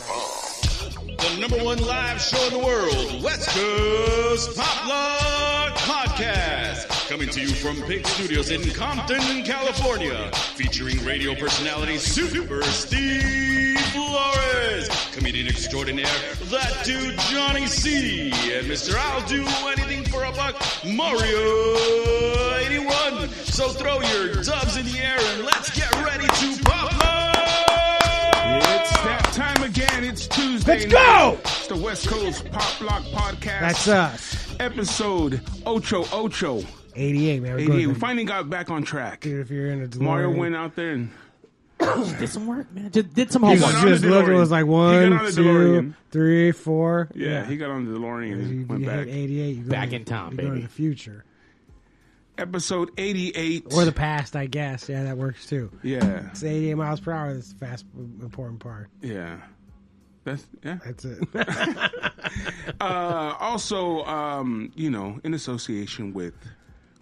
The number one live show in the world, West Coast Pop Lock Podcast. Coming to you from Big Studios in Compton, California. Featuring radio personality Super Steve Flores, comedian extraordinaire, that dude Johnny C, and Mr. I'll Do Anything for a Buck, Mario 81. So throw your dubs in the air and let's get ready to pop lock! It's that time again. It's Tuesday. Let's night. go! It's the West Coast Pop Block Podcast. That's us. episode Ocho Ocho. 88, man. We're 88. We Good, finally got back on track. Dude, if you're in a DeLorean. Mario went out there and did some work, man. Did, did some He got homework. on just the looked. It DeLorean. was like He got on one, the two, DeLorean. three, four. yeah, he got on the DeLorean You, and you went hit back. 88. You go Back to- in town, you go to baby. the future Episode eighty-eight. or the past, I guess. Yeah, that works too. yeah, It's 88 miles per hour. That's the fast, important part. yeah. That's yeah. That's it. Uh, also, um, you know, in association with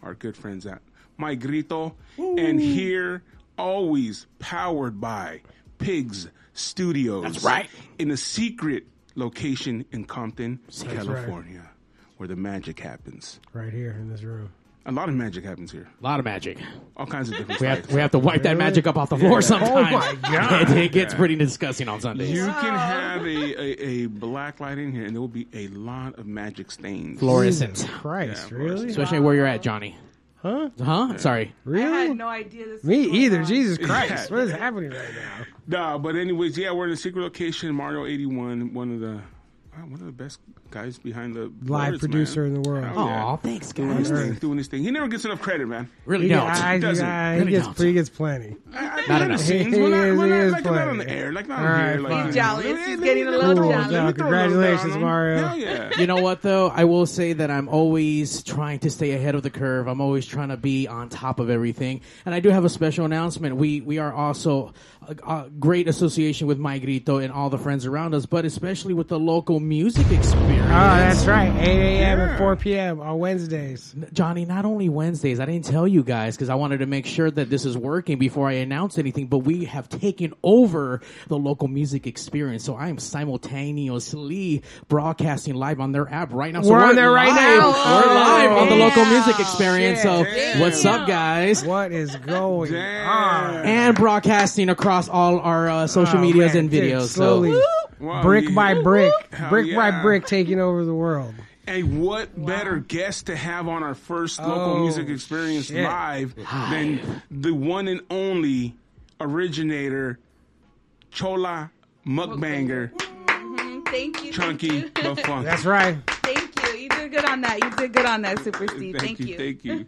our good friends at My Grito, and here always powered by Pigs Studios. That's right. In a secret location in Compton, right. California, where the magic happens. right here in this room. A lot of magic happens here. A lot of magic. All kinds of different We have, types. we have to wipe that magic up off the floor sometimes. Oh, my God. it, it gets pretty disgusting on Sundays. You can have a, a, a black light in here, and there will be a lot of magic stains. Fluorescent. Mm. Christ, Yeah, really? Especially where you're at, Johnny. Huh? Huh? Sorry. I Really? had no idea this. Me was going either. on. Jesus Christ. Yeah. What is happening right now? Nah, but anyways, yeah, we're in a secret location. Mario eighty one, one of the wow, one of the best guys behind the Live boards, producer man. in the world. Hell Aw, yeah. thanks, Doing his guys. thing, doing his thing. He never gets enough credit, man. Really He, don't. I- I- doesn't. I- he Really gets, don't. he gets plenty. I, I, Not behind the enough. scenes, He we're not, is- we're he not- is like, not on funny. the air, like not All on here. right, Like, fine. Jealous. let me- He's let me- getting a let me little throw- jealous. let me throw a little Congratulations, down on him. Mario. Hell yeah. You know what though? I will say that I'm always trying to stay ahead of the curve. I'm always trying to be on top of everything. And I do have a special announcement. We we are also a, a great association with My Grito and all the friends around us, but especially with the local music Oh, experience. that's right. 8 a.m. Yeah. and 4 p.m. on Wednesdays. Johnny, not only Wednesdays, I didn't tell you guys because I wanted to make sure that this is working before I announce anything, but we have taken over the local music experience. So I am simultaneously broadcasting live on their app right now. So We're on there right live- now. We're live on the local Yeah. music experience. So Shit. what's up, guys? What is going on? Damn. And broadcasting across all our uh, social Oh, medias man, and dude, videos. slowly, So Wow, brick you- by brick, Hell brick by yeah. brick, taking over the world. And what better guest to have on our first local Oh, music experience shit. live than the one and only originator, Chola Mukbanger, Mm, Thank you. Chunky Thank you. the Funk. That's right. thank you. You did good on that. You did good on that, Super Steve. Thank, you. Thank you.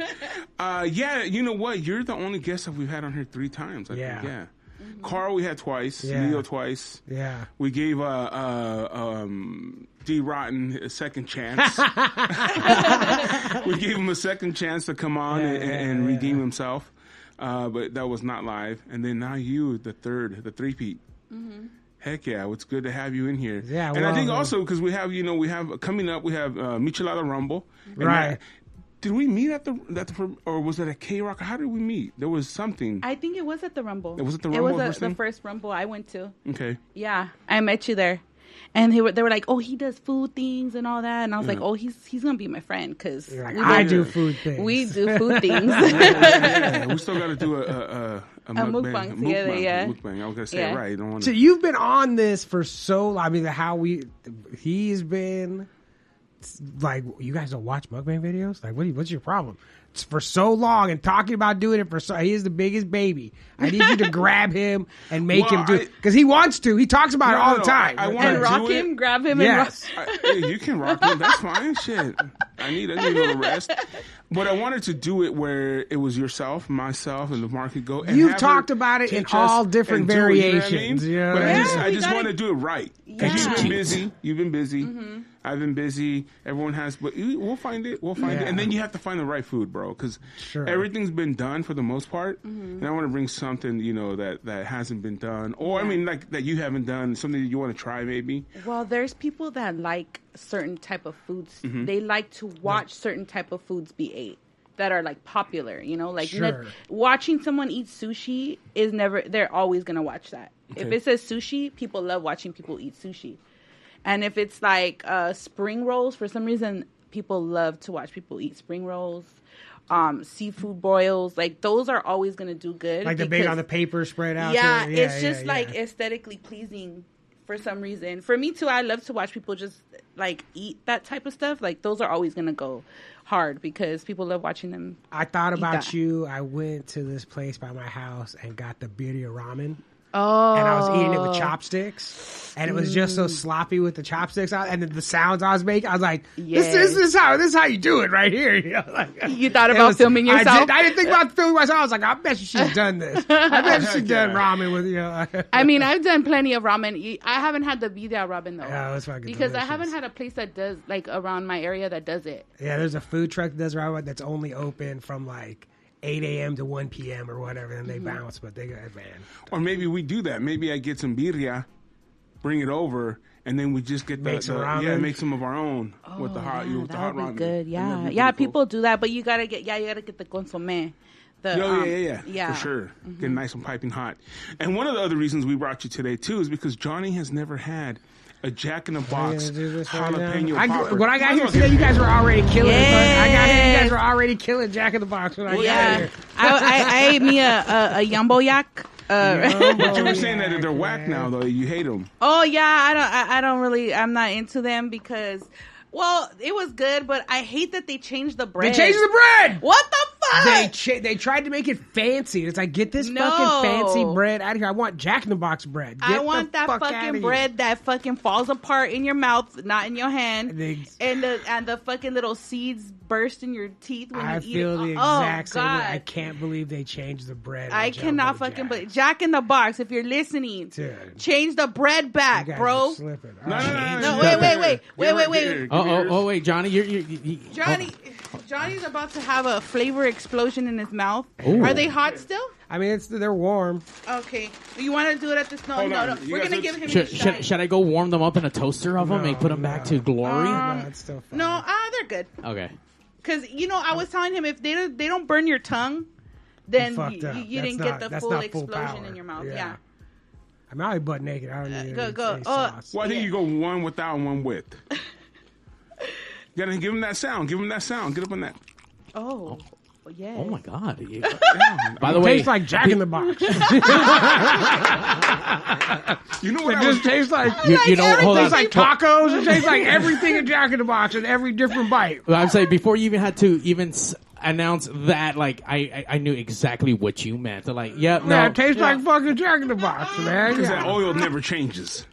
uh, yeah, you know what? You're the only guest that we've had on here three times. I Yeah. Mm-hmm. think. Yeah. Carl, we had twice. Yeah. Leo, twice. Yeah. We gave uh, uh, um, D Rotten a second chance. we gave him a second chance to come on and, yeah, and yeah. redeem himself, uh, but that was not live. And then now you, the third, the three peat. Heck yeah! It's good to have you in here. Yeah, and I well, think uh, also because we have you know we have coming up we have uh, Michelada Rumble. And Right. I- did we meet at the at the or was it at K Rock? How did we meet? There was something. I think it was at the Rumble. It was at the It Rumble, was first the thing? first Rumble I went to. okay. Yeah, I met you there, and they were they were like, "Oh, he does food things and all that," and I was like, "Oh, he's he's gonna be my friend because Like, I do food things. we do food things." Yeah, we still got to do a a, a, a, mukbang together, mukbang, yeah. mukbang. I was gonna say Yeah. it right. I don't want So to. you've been on this for so. I mean, how we he's been like you guys don't watch mukbang videos. Like, what? do you- What's your problem? It's for so long and talking about doing it for so. He is the biggest baby. I need you to grab him and make Well, him do I- it because he wants to. He talks about it No, all no, the time. I- I wanna and do rock it. him, grab him, Yes. I, hey, you can rock it. That's fine. Shit. I need I need a little rest. But I wanted to do it where it was yourself, myself, and the market go. And You've have talked her about it in teach us all and different do it, you know what I mean? variations. Yeah. But I just, Yeah, I we just gotta- want to do it right. Yeah. Because you've been Execute. busy. You've been busy. I've been busy. Everyone has, but you- we'll find it. We'll find it. Yeah. And then you have to find the right food, bro. Because Sure. everything's been done for the most part. And I want to bring something, you know, that that hasn't been done, or I mean, like that you haven't done, something that you want to try, maybe. Well, there's people Mm-hmm. that like certain type of foods. They like to watch certain type of foods be ate. that are like popular, you know, like Sure. net- watching someone eat sushi is never they're always going to watch that. If Okay. it says sushi, people love watching people eat sushi. And if it's like uh spring rolls, for some reason people love to watch people eat spring rolls. Um, seafood boils, like those are always gonna do good. Like the big on because- the paper spread out. yeah, there. it's just yeah, like yeah. aesthetically pleasing for some reason. For me too, I love to watch people just like eat that type of stuff. Like those are always gonna go hard because people love watching them. I thought about that. you. I went to this place by my house and got the beauty of ramen. Oh, Mm. and I was eating it with chopsticks, and it was just so sloppy with the chopsticks out, and the, the sounds I was making. I was like, Yes. "This, this is how this is how you do it right here." You, know, like, You thought it about filming I yourself? did, I didn't think about filming myself. I was like, "I bet you she's done this. I bet she's done ramen with you." Know, I mean, I've done plenty of ramen. E, I haven't had the Vida ramen though. Yeah, it's fucking because I haven't delicious. had a place that does like around my area that does it. yeah, there's a food truck that does ramen that's only open from like. 8 a.m. to 1 p.m. or whatever, and they Mm. bounce, but they go, man. Or maybe we do that. Maybe I get some birria, bring it over, and then we just get the, Make some the- ramen? yeah, make some of our own with the hot with the hot Oh, Ah, that would ramen. be good. Wouldn't that Yeah, be yeah. beautiful? People do that, but you gotta get yeah, you gotta get the consomme. The, Yo, um, Oh, Mm-hmm. yeah, yeah, yeah, for sure. Getting nice and piping hot. And one of the other reasons we brought you today too is because Johnny has never had a Jack in the Box Yeah, do this right now. jalapeno I- popper. when I got Might here as well today, you guys were already killing. it, but I got here, you guys Yes. were already killing Jack in the Box when I got Oh, Yeah, here. I, I, I ate me a a, a yumbo yak. Uh, But you Oh, were saying that yeah, they're whack now, though. You hate them. oh yeah, I don't I, I don't really I'm not into them because well it was good, but I hate that they changed the They bread. changed the bread. What the fuck? They cha- they tried to make it fancy. It's like get this No. fucking fancy bread out of here. I want Jack in the Box bread. Get I want the that fuck outta fucking here. bread that fucking falls apart in your mouth, not in your hand, Ex- and the and the fucking little seeds burst in your teeth when I you eat feel it. the oh, exact same God. way. I can't believe they changed the bread. I on Jumbo cannot fucking. Jack. But Jack in the Box, if you're listening, Dude. change the bread You back, guys bro. are slipping. No, no, no, No, no, wait, wait, no. wait. Give Wait, her- wait, wait. give her- give Oh, her- oh, oh, wait, Johnny, you're, you're, you oh, you- Johnny, Johnny's about to have a flavor explosion in his mouth. Ooh. Are they hot still? I mean, it's they're warm. Okay, you want to do it at this? No, Hold no, on. no. You We're guys gonna are- give him. Should- Should, his should, shot. should I go warm them up in a toaster of them No, and put them back no. Uh, to glory? Um, no, it's still fine. No, ah, they're good. okay. Because you know, I was telling him if they don't, they don't burn your tongue, then fucked you, up. you, you That's didn't not- get the that's full not full explosion power. in your mouth. Yeah. Yeah. I'm already butt naked. I don't need go, any- go. any Oh. sauce. Well, I think Yeah. you go one without and one with. you gotta give him that sound. Give him that sound. Get up on that. Oh, yeah. Oh my God. You- By the It way, tastes like Jack in the Box. it You know what? I just was, tastes like. you, you know, hold on. Tastes like tacos. It tastes like everything in Jack in the Box and every different bite. Well, I'm saying before you even had to even s- announce that, like I, I, I knew exactly what you meant. They're like, yeah, Man, no, it tastes like fucking Jack in the Box, man. because Yeah. that oil never changes.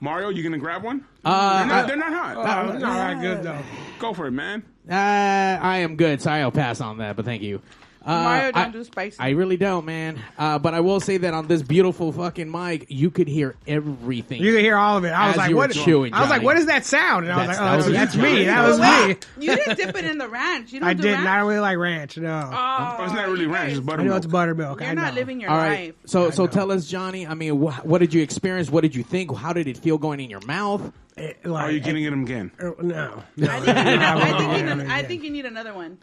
Mario, you gonna grab one? uh, they're, not, they're not hot. Oh, it's not that good though. go for it, man. Uh, I am good. Sorry, I'll pass on that, but thank you. Uh, Mario don't I, do spicy. I really don't, man. Uh, but I will say that on this beautiful fucking mic, you could hear everything. You can hear all of it. I As was like, you were "What?" chewing, I was like, Johnny. "What is that sound?" And I was That's- like, "Oh, that that's was- me. That was me." you didn't dip it in the ranch. You don't I do didn't. I ranch. don't really like ranch. No, Oh, Oh, it's not really you ranch. It's guys- I know it's buttermilk. buttermilk. I You're not know. living your All life. right. So, so know. tell us, Johnny. I mean, wh- what did you experience? What did you think? How did it feel going in your mouth? It- Are like, you getting it again? it- no, no. I think, you need, I, think you Yeah, need, yeah. I think you need another one.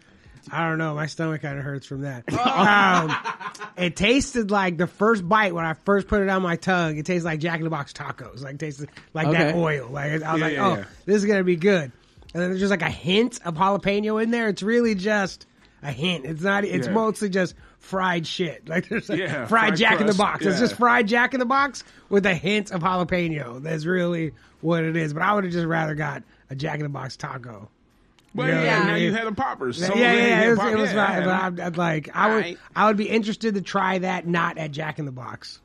I don't know. My stomach kind of hurts from that. Oh. um, it tasted like the first bite when I first put it on my tongue. It tasted like Jack in the Box tacos. Like tasted like that Okay. oil. Like I was Yeah, like, yeah, oh, yeah. this is gonna be good. And then there's just like a hint of jalapeno in there. It's really just a hint. It's not. It's Yeah. mostly just fried shit. Like there's like Yeah, fried, fried Jack in the crust. Box. It's Yeah. just fried Jack in the Box with a hint of jalapeno. That's really what it is. But I would have just rather got a Jack in the Box taco. Well, Yeah. yeah, Yeah. now you had a popper. So yeah, then yeah, you yeah, it was, pop- it was yeah, fine. yeah. But I'm, I'm like, I would, Alright. I would be interested to try that not at Jack in the Box.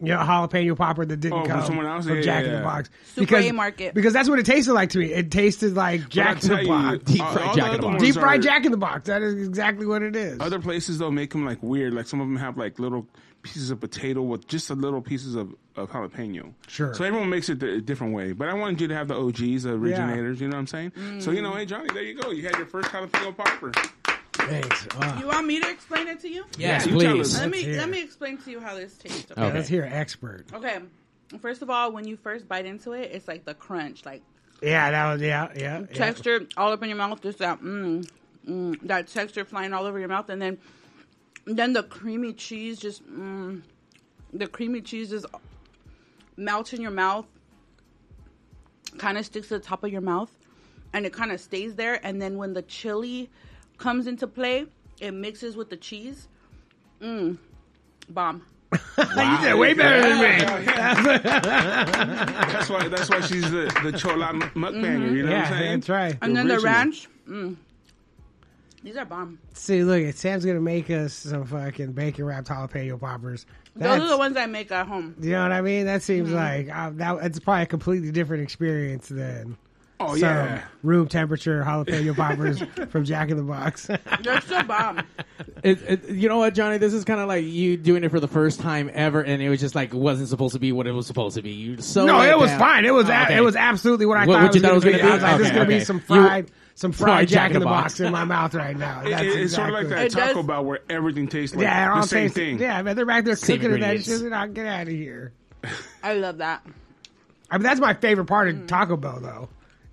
You know, a jalapeno popper that didn't Oh, from come someone else? from Yeah, Jack yeah, in the yeah. Box Super A market. because that's what it tasted like to me. It tasted like But I Jack in tell the you, Box, Deep all fried the Jack in other the Box. ones deep fried are- Jack in the Box. That is exactly what it is. Other places though make them like weird. Like some of them have like little pieces of potato with just a little pieces of, of jalapeno. Sure. So everyone makes it a different way. But I wanted you to have the OGs, the originators. You know what I'm saying? So you Mm. know, hey Johnny, there you go. You had your first jalapeno popper. Thanks. Wow. You want me to explain it to you? Yes, you tell please. us. Let me hear. let me explain to you how this tastes. Okay. Okay. Let's hear an expert. okay. First of all, when you first bite into it, it's like the crunch, like Yeah, that was yeah, yeah. yeah. texture all up in your mouth. Just that, mm, that texture flying all over your mouth, and then then the creamy cheese just mm, the creamy cheese just melts in your mouth, kind of sticks to the top of your mouth, and it kind of stays there. And then when the chili comes into play, it mixes with the cheese. Mm, bomb. You did way better than me. That's why. That's why she's the the chola m- mukbanger. You know Mm-hmm. Yeah, what I'm saying? that's right. And then the original. ranch. Mm, these are bomb. See, look, Sam's gonna make us some fucking bacon wrapped jalapeno poppers. Those are That's- the ones I make at home. You know what I mean? That seems like uh, that. It's probably a completely different experience than Oh some yeah. room temperature jalapeno poppers from Jack in the Box. They're so bomb. It, it, you know what, Johnny? This is kind of like you doing it for the first time ever, and it was just like wasn't supposed to be what it was supposed to be. You so no, let it was down. fine. It was Oh, a- okay. it was absolutely what I What- thought what it you was thought going it to be. was gonna I was like, be? this is Okay, going to be okay. some You- fried, some fried Jack, in the box in my mouth right now. It- That's it- it's sort of like exactly- that It Taco does- Bell where everything tastes like Yeah, it the all same tastes- thing. Yeah, man, they're back there Same cooking and that ingredients. shit. They're not get out of here. I love that. I mean, that's my favorite part of Taco Bell, though,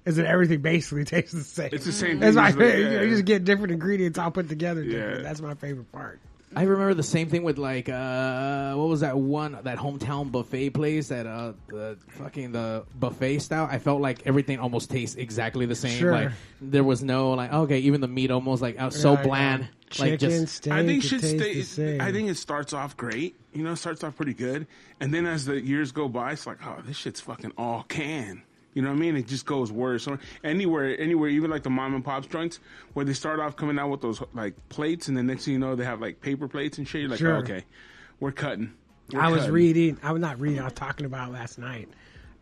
is that everything basically tastes the same. It's the same That's thing. my It's like, favorite. Mm-hmm. You, know, yeah. you just get different ingredients all put together. different. Yeah. That's my favorite part. I remember the same thing with like uh, what was that one that hometown buffet place that uh the fucking the buffet style. I felt like everything almost tastes exactly the same. Sure. Like there was no like okay, even the meat almost like out so Yeah, I know. bland. Chicken, Like just steak. I think it should tastes the stay. same. I think it starts off great. You know, it starts off pretty good, and then as the years go by, it's like, oh, this shit's fucking all can. You know what I mean? It just goes worse. Or anywhere, anywhere, even like the mom and pop joints, where they start off coming out with those like plates, and the next thing you know, they have like paper plates and shit. You're like, Sure. oh, okay, we're cutting. We're I was cutting. reading. I was not reading. I was talking about last night.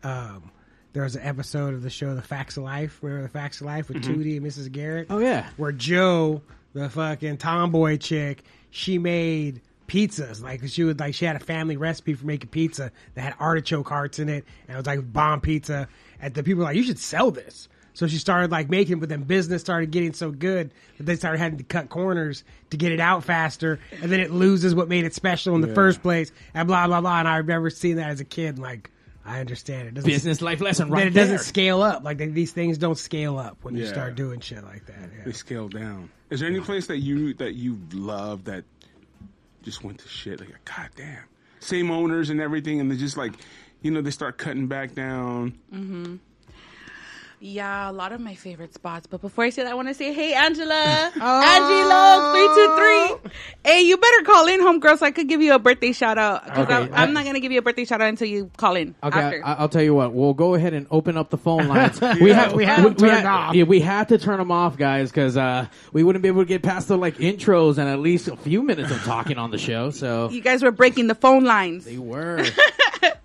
Um, there was an episode of the show The Facts of Life. Remember The Facts of Life with Tootie and Mrs. Garrett? Oh, yeah. Where Joe, the fucking tomboy chick, she made pizzas. Like she would like she had a family recipe for making pizza that had artichoke hearts in it, and it was like bomb pizza. And the people were like, "You should sell this." So she started like making, but then business started getting so good that they started having to cut corners to get it out faster, and then it loses what made it special in the first place, and blah blah blah. And I remember seeing that as a kid, and, like I understand it. doesn't business life lesson that right it doesn't there. scale up. Like they, these things don't scale up when you Yeah. start doing shit like that. They Yeah. scale down. Is there any place that you that you love that just went to shit? Like, god damn, same owners and everything, and they just like, you know, they start cutting back down. Yeah, a lot of my favorite spots. But before I say that, I want to say, hey, Angela. Oh. Angie Love 323. Hey, you better call in, homegirl, so I could give you a birthday shout out. 'Cause Okay, I'm, I- I'm not going to give you a birthday shout out until you call in. Okay, uh, after. I, I'll tell you what. We'll go ahead and open up the phone lines. we have we have them turned off. Yeah, we have to turn them off, guys, because uh, we wouldn't be able to get past the like intros and at least a few minutes of talking on the show. So you guys were breaking the phone lines. They were.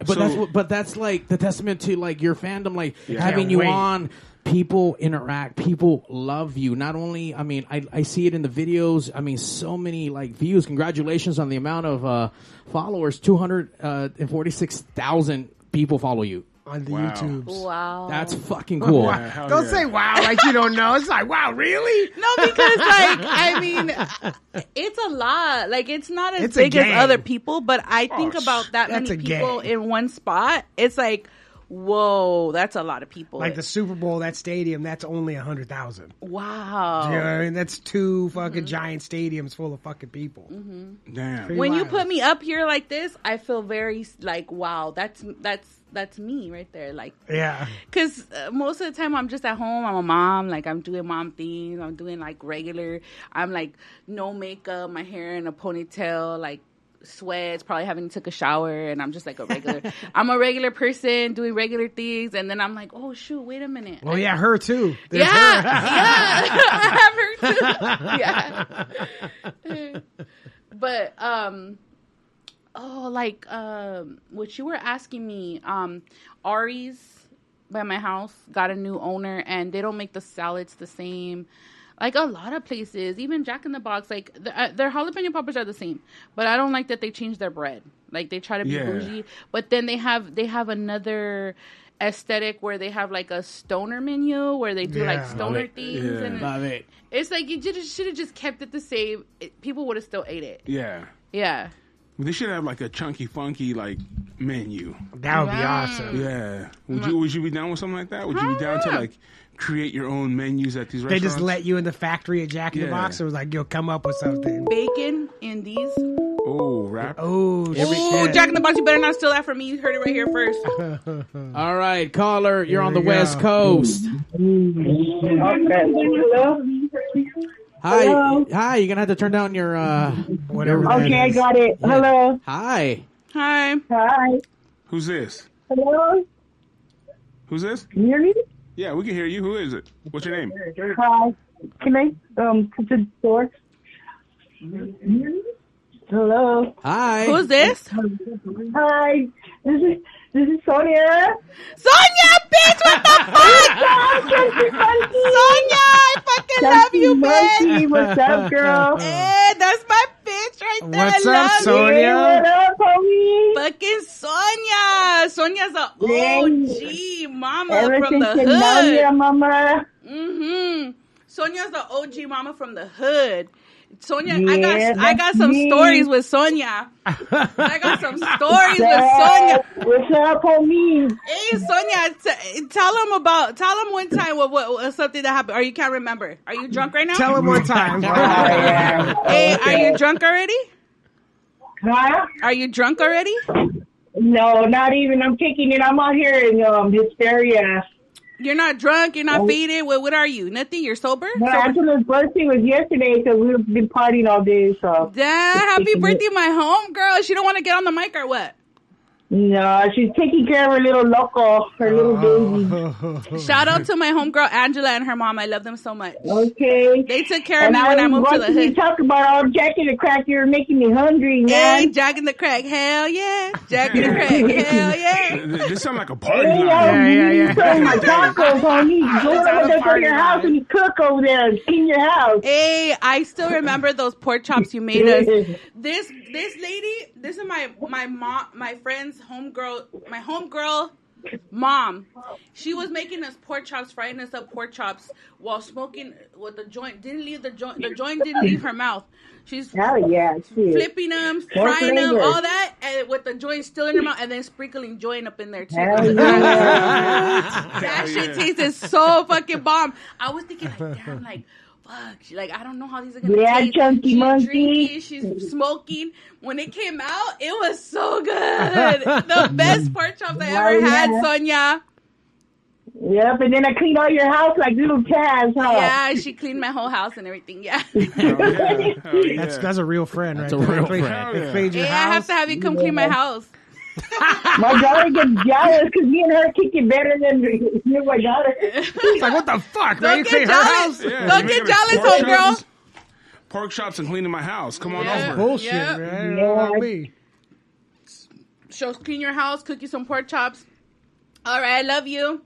but that's what, but that's like the testament to like your fandom, like having Can't you wait. on. People interact. People love you. Not only, I mean, I, I see it in the videos. I mean, so many like views. Congratulations on the amount of uh, followers. Two hundred uh, and forty six thousand people follow you. On the Wow. YouTubes. Wow. That's fucking cool. Yeah, hell don't yeah. say wow like you don't know. It's like wow, really? no, because like I mean, it's a lot. Like it's not as It's a big as gang. other people, but I think sh- about that that's many a people gang. in one spot. It's like, whoa, that's a lot of people. Like the Super Bowl, that stadium, that's only a hundred thousand. wow. You know what I mean? That's two fucking giant stadiums full of fucking people. Damn. when you Wow. put me up here like this, I feel very like wow, that's that's that's me right there. Like, Yeah, cause uh, most of the time I'm just at home. I'm a mom. Like I'm doing mom things. I'm doing like regular. I'm like no makeup, my hair in a ponytail, like sweats. Probably haven't took a shower, and I'm just like a regular. I'm a regular person doing regular things, and then I'm like, oh shoot, wait a minute. well, yeah, her too. yeah, yeah, I have her too. Yeah, but um, oh, like um, what you were asking me, um, Ari's by my house got a new owner, and they don't make the salads the same. Like a lot of places, even Jack in the Box, like the, uh, their jalapeno poppers are the same, but I don't like that they change their bread. Like they try to be Yeah. bougie, but then they have they have another aesthetic where they have like a stoner menu where they do like Yeah. stoner Love it. things, Yeah. and Love it. it's like you should have just kept it the same. It, people would have still ate it. Yeah. Yeah. They should have like a chunky, funky like menu. that would be awesome. Yeah. Would you Would you be down with something like that? Would you be down to Yeah. like create your own menus at these They restaurants? just let you in the factory at Jack in Yeah. the Box. It was like, yo, come up with something. Bacon in these. Oh, rap. Oh, Ooh, shit. Jack in the Box, you better not steal that from me. You heard it right here first. All right, caller, you're on the we go. West Coast. Hi, Hello? hi. You're gonna have to turn down your. uh Whatever. that Okay, I is. got it. Hello. Hi. Hi. Hi. Who's this? Hello. Who's this? You hear me? Yeah, we can hear you. Who is it? What's your name? Hi. Can I um come to the store? Hello. Hi. Who's this? Hi. This is this is Sonia. Sonia, bitch, what the fuck? Sonia, I fucking love you, bitch. Monkey. What's up, girl? Hey, that's my bitch right there. What's I up, love Sonia? you. Hey, what up, homie? Fucking Sonia. Sonia's a OG mama Ever from since the you know me, hood. mama. Mm-hmm. Sonia's the OG mama from the hood. Sonia, I Yeah, got I got that's some me. stories with Sonia. I got some stories with Yeah. Sonia. What's up, homie? Hey Sonia, t- tell them about tell them one time what, what, what something that happened or you can't remember. Are you drunk right now? Tell him one time. Hey, are you drunk already? Huh? Are you drunk already? No, not even. I'm kicking it. I'm out here in um, hysteria. You're not drunk. You're not faded. What, what are you? Nothing. You're sober. Oh. No, Sober? Angela's birthday was yesterday because we've been partying all day. So Dad, happy birthday, my home girl. She don't want to get on the mic or what? no, she's taking care of her little loco, her little Oh. baby. Shout out to my home girl Angela and her mom. I love them so much. Okay. They took care of me when I was moved to the watching you hood. talk about all Jack and the Crack. You're making me hungry, Hey, man. Jack in the Crack, hell yeah! Jack in the Crack, hell yeah! Th- This sounds like a party Hey, yo, line. yeah, you yeah. need some of my tacos, homie. Go over there to your house and cook over there and clean your house. Hey, I still remember those pork chops you made us. This this lady, this is my my mom, my friend's homegirl, my homegirl mom. She was making us pork chops, frying us up pork chops while smoking with the joint. Didn't leave the joint. The joint didn't leave her mouth. She's Oh yeah, shit. flipping them, frying them, flavor. all that, and with the joint still in her mouth, and then sprinkling joint up in there too. Hell yeah. That shit tasted so fucking bomb. I was thinking, like, damn, like, fuck. She, like, I don't know how these are gonna Yeah, taste. chunky she's monkey. drinking, she's smoking. When it came out, it was so good. the best pork chops I ever Yeah, had, yeah. Sonia. yep, and then I cleaned all your house like little Taz, huh? Yeah, she cleaned my whole house and everything. Yeah. yeah, Hell yeah. Hell yeah. That's that's a real friend, right? a there. real They clean- friend. they cleaned your I house. have to have you come clean my house. My daughter gets jealous because me and her kick it better than me and my daughter. It's like, what the fuck, man? You Don't clean get her house? jealous. Yeah, Don't you get making us jealous, pork chops? homegirl. Pork chops and cleaning my house. Come on Yeah. over. Bullshit, Yeah. man. Yeah. Not me. She'll clean your house, cook you some pork chops. All right, I love you.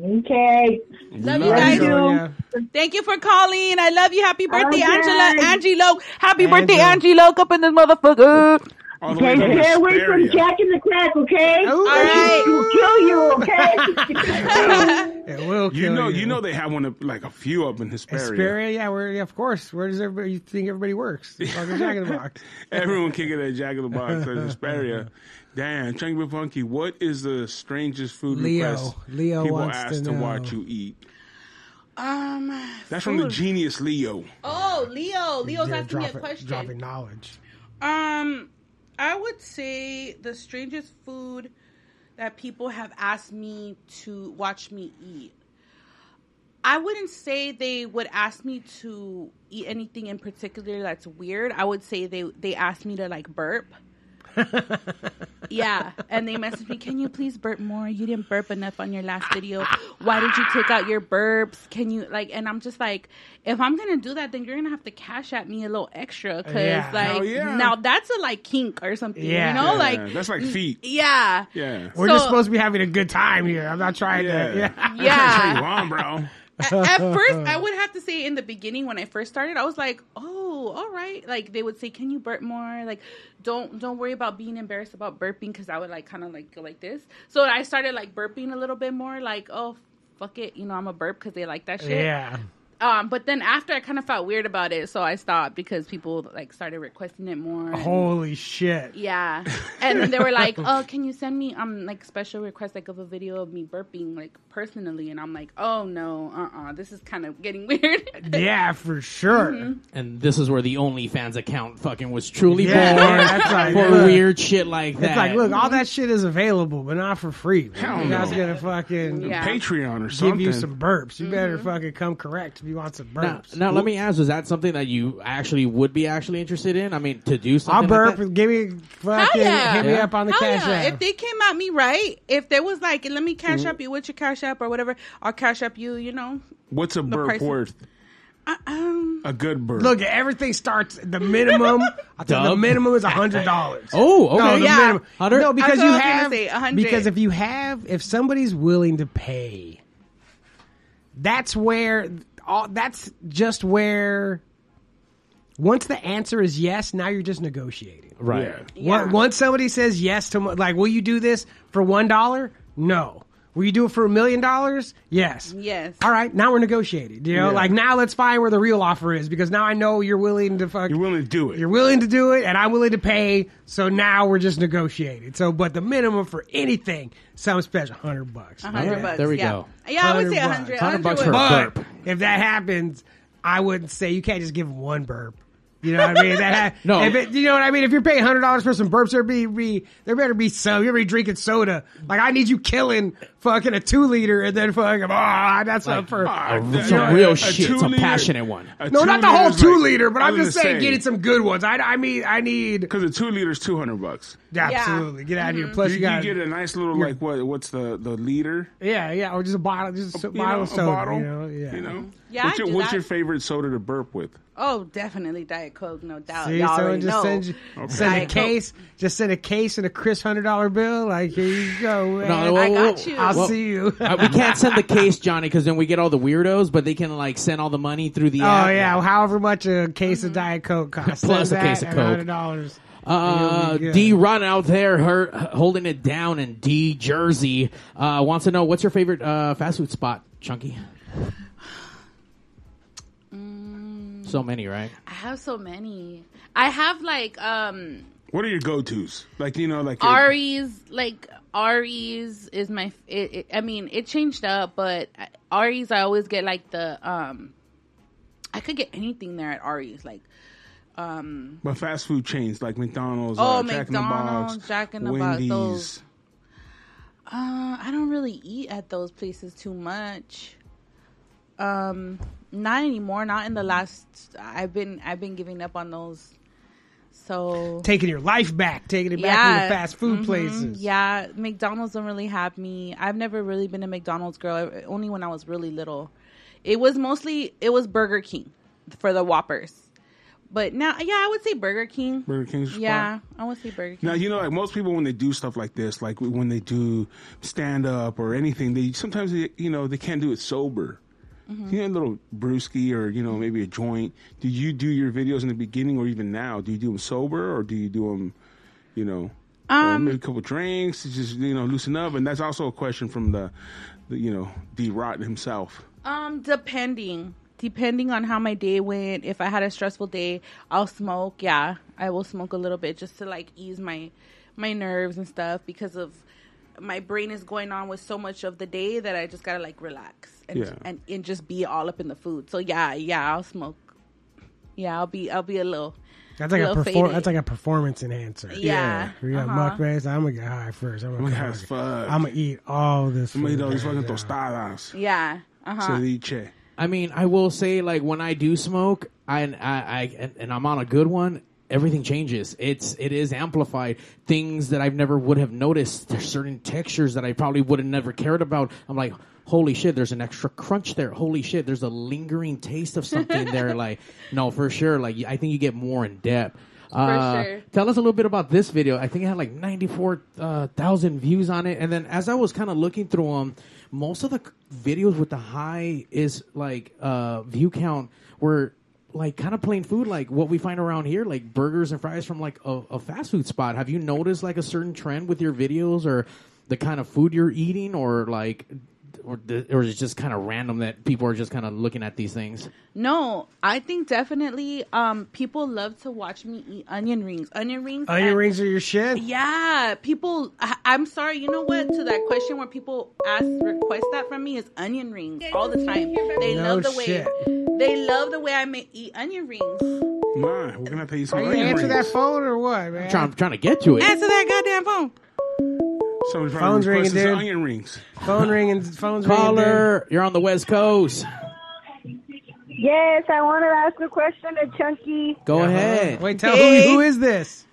Okay. Love you Love guys. you. Sonia. Thank you for calling. I love you. Happy birthday, Okay. Angela. Angie Loke. Happy Angela. birthday, Angie Loke. Up in this motherfucker. All the way Okay, to stay away from Hesperia. Jack in the Crack, okay? Ooh. right. She'll kill you, okay? It will kill You know, you know they have one of, like a few up in Hesperia. Hesperia, yeah, where, yeah, of course. Where does everybody you think everybody works? Fucking Jack in the Box. Everyone kicking at Jack in the Box at Hesperia. Damn, Chunky Bit Funky, what is the strangest food Leo. request Leo people wants ask to to, know. watch you eat? Um. That's from the genius Leo. Oh, Leo. Leo's Yeah, asking me a drop it- question. Dropping knowledge. Um, I would say the strangest food that people have asked me to watch me eat. I wouldn't say they would ask me to eat anything in particular that's weird. I would say they they asked me to like burp. yeah, and they messaged me, "Can you please burp more? You didn't burp enough on your last video. Why did you take out your burps? Can you like?" And I'm just like, "If I'm gonna do that, then you're gonna have to cash at me a little extra because Yeah. like Hell yeah. now that's a like kink or something, Yeah. you know? Yeah, Like that's like feet. yeah, Yeah. We're just So- supposed to be having a good time here. I'm not trying Yeah. to. Yeah. yeah. Come on, bro. at, at first, I would have to say in the beginning when I first started, I was like, "Oh, all right." Like they would say, "Can you burp more?" Like, don't don't worry about being embarrassed about burping because I would like kind of like go like this. So I started like burping a little bit more. Like, oh fuck it, you know I'm a burp because they like that shit. Yeah. Um, but then after I kind of felt weird about it, so I stopped because people like started requesting it more. and- Holy shit. yeah, and then they were like, "Oh, can you send me um like special request like of a video of me burping like personally?" And I'm like, "Oh no, uh, uh this is kind of getting weird." Yeah, for sure. Mm-hmm. And this is where the OnlyFans account fucking was truly Yeah, born that's like, for look. weird shit like that. It's like, look, all that shit is available, but not for free. Hell you guys no. gonna fucking Yeah. Mm-hmm. Patreon or give something. you some burps. You better fucking come correct if you want some now, burps. now let me ask: Is that something that you actually would be actually interested in? I mean, to do I'll something. burp. Like that? and give me fucking yeah. hit me Yeah. up on the Hell cash yeah. app. Mm-hmm. If they came at me right, if there was like, let me cash up you, what's your cash app or whatever, I'll cash up you, you know. What's a burp price- worth? Uh, um, A good burp. Look, everything starts. The minimum, I tell you, the Dub? minimum is hundred dollars. Oh, okay. no, the Yeah. minimum. Hundred? No, because That's what you I was gonna have. say, 100. because if you have, if somebody's willing to pay, that's where. All, that's just where. Once the answer is yes, now you're just negotiating. right. Yeah. Once- Once somebody says yes to mo- like, will you do this for one dollar? No. Will you do it for a million dollars? Yes. Yes. All right. Now we're negotiating. You know, Yeah. like now let's find where the real offer is because now I know you're willing to fuck. You're willing to do it. You're willing to do it, and I'm willing to pay. So now we're just negotiating. So, but the minimum for anything, something special, hundred bucks. hundred Alright, bucks. there we yeah. go. Yeah, I would say 100 bucks. hundred. 100 bucks would- for a But burp. if that happens, I wouldn't say you can't just give them one burp. You know what I mean? That ha- No. If it, you know what I mean? If you're paying hundred dollars for some burps, there be, be there better be some. You're be drinking soda. Like I need you killing fucking a two liter and then fucking ah, that's a Like, burp. Ah, Some that- yeah, real a shit, some two-liter- passionate one. a no, not the two-liter whole is two like- liter, but I I'm was just gonna saying, say, getting some good ones. I, I mean, I need Because a two liter is two hundred bucks. absolutely get out of here. Mm-hmm. Plus, You, you, you got get a nice little like what? What's the the liter? yeah, yeah, or just a bottle, just a, You bottle know, of soda. a bottle. You know, yeah. You know? Yeah, What's I your, do what's that. your favorite soda to burp with? Oh, definitely Diet Coke, no doubt. See, Uh, Y'all someone already just know. send, you, send a Diet Coke. case, just send a case and a crisp hundred dollar bill. Like here you go, man. No, I whoa, got whoa, you. whoa. I'll Whoa. see you. Uh, we can't send the case, Johnny, because then we get all the weirdos, but they can like send all the money through the app. Oh yeah, however much a case Mm-hmm. of Diet Coke costs, Plus Send a that case of and Coke. hundred dollars. Uh, You'll be good. D Run out there, her holding it down in D Jersey, uh, wants to know what's your favorite uh, fast food spot, Chunky. So many, right? I have so many. I have like um What are your go tos? Like you know, like your- Ari's like Ari's is my. f- It, it, I mean, it changed up, but I- Ari's I always get like the um. I could get anything there at Ari's, like but fast food chains like McDonald's, Oh, uh, Jack McDonald's, in the Box, Jack in the Box, Wendy's. those- Uh, I don't really eat at those places too much. Um, not anymore. Not in the last. I've been I've been giving up on those. So Taking your life back, taking it back from Yeah. Mm-hmm. the fast food places. yeah, McDonald's don't really have me. I've never really been a McDonald's girl. I- Only when I was really little. It was mostly it was Burger King for the Whoppers. But now, yeah, I would say Burger King. Burger King's Yeah, spot. I would say Burger King. Now you know, like most people, when they do stuff like this, like when they do stand up or anything, they sometimes they, you know they can't do it sober. Mm-hmm. You know, a little brewski or you know maybe a joint. Do you do your videos in the beginning or even now? Do you do them sober or do you do them, you know, uh, Um, maybe a couple drinks, just you know loosen up? And that's also a question from the, the you know, D Rot himself. Um, depending. Depending on how my day went, if I had a stressful day, I'll smoke. Yeah, I will smoke a little bit just to like ease my my nerves and stuff because of my brain is going on with so much of the day that I just gotta like relax and Yeah. and, and just be all up in the food. So yeah, yeah, I'll smoke. Yeah, I'll be I'll be a little. That's like a little perform. faded. That's like a performance enhancer. Yeah, we got uh-huh. mukbangs. I'm gonna get high first. I'm gonna, I'm come high on. as fuck. I'm gonna eat all this. You know, food these right fucking now. tostadas, yeah. Uh huh. ceviche. I mean, I will say, like when I do smoke, I and I, I and, and I'm on a good one. Everything changes. It's it is amplified. Things that I've never would have noticed. There's certain textures that I probably would have never cared about. I'm like, holy shit, there's an extra crunch there. Holy shit, there's a lingering taste of something there. Like, no, for sure. Like, I think you get more in depth. Uh, sure. Tell us a little bit about this video. I think it had like 94,000 views on it. And then as I was kind of looking through them, most of the c- videos with the high is like uh, view count were like kind of plain food, like what we find around here, like burgers and fries from like a, a fast food spot. Have you noticed like a certain trend with your videos or the kind of food you're eating or like or, th- or is it just kind of random that people are just kind of looking at these things? No, I think definitely um people love to watch me eat onion rings. Onion rings Onion and- rings are your shit. Yeah, people I, I'm sorry, you know what? To that question where people ask request that from me is onion rings all the time. They No love the way shit. they love the way I may eat onion rings. Ma, we're gonna have to eat some Are you onion answer that rings. phone or what, man? I'm trying, I'm trying to get to it. Answer that goddamn phone. Somebody Phone's probably requested ringing, some dude. onion rings. Phone ringing. Phone's ringing. Caller, you're on the West Coast. Yes, I want to ask a question to Chunky. Go dude. ahead. Wait, tell Hey. who, who is this?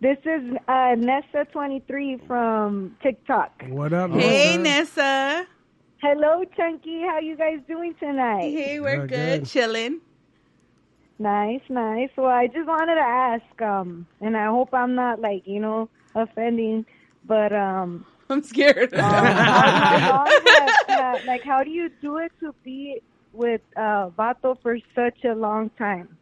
This is uh, Nessa23 from TikTok. What up? Hey Nessa? Nessa. Hello, Chunky. How you guys doing tonight? Hey, we're We're good, good. chilling. Nice, nice. Well, I just wanted to ask, um, and I hope I'm not like you know uh, offending, but um, I'm scared. Uh-huh. how long has, uh, like how do you do it to be with uh, Vato for such a long time?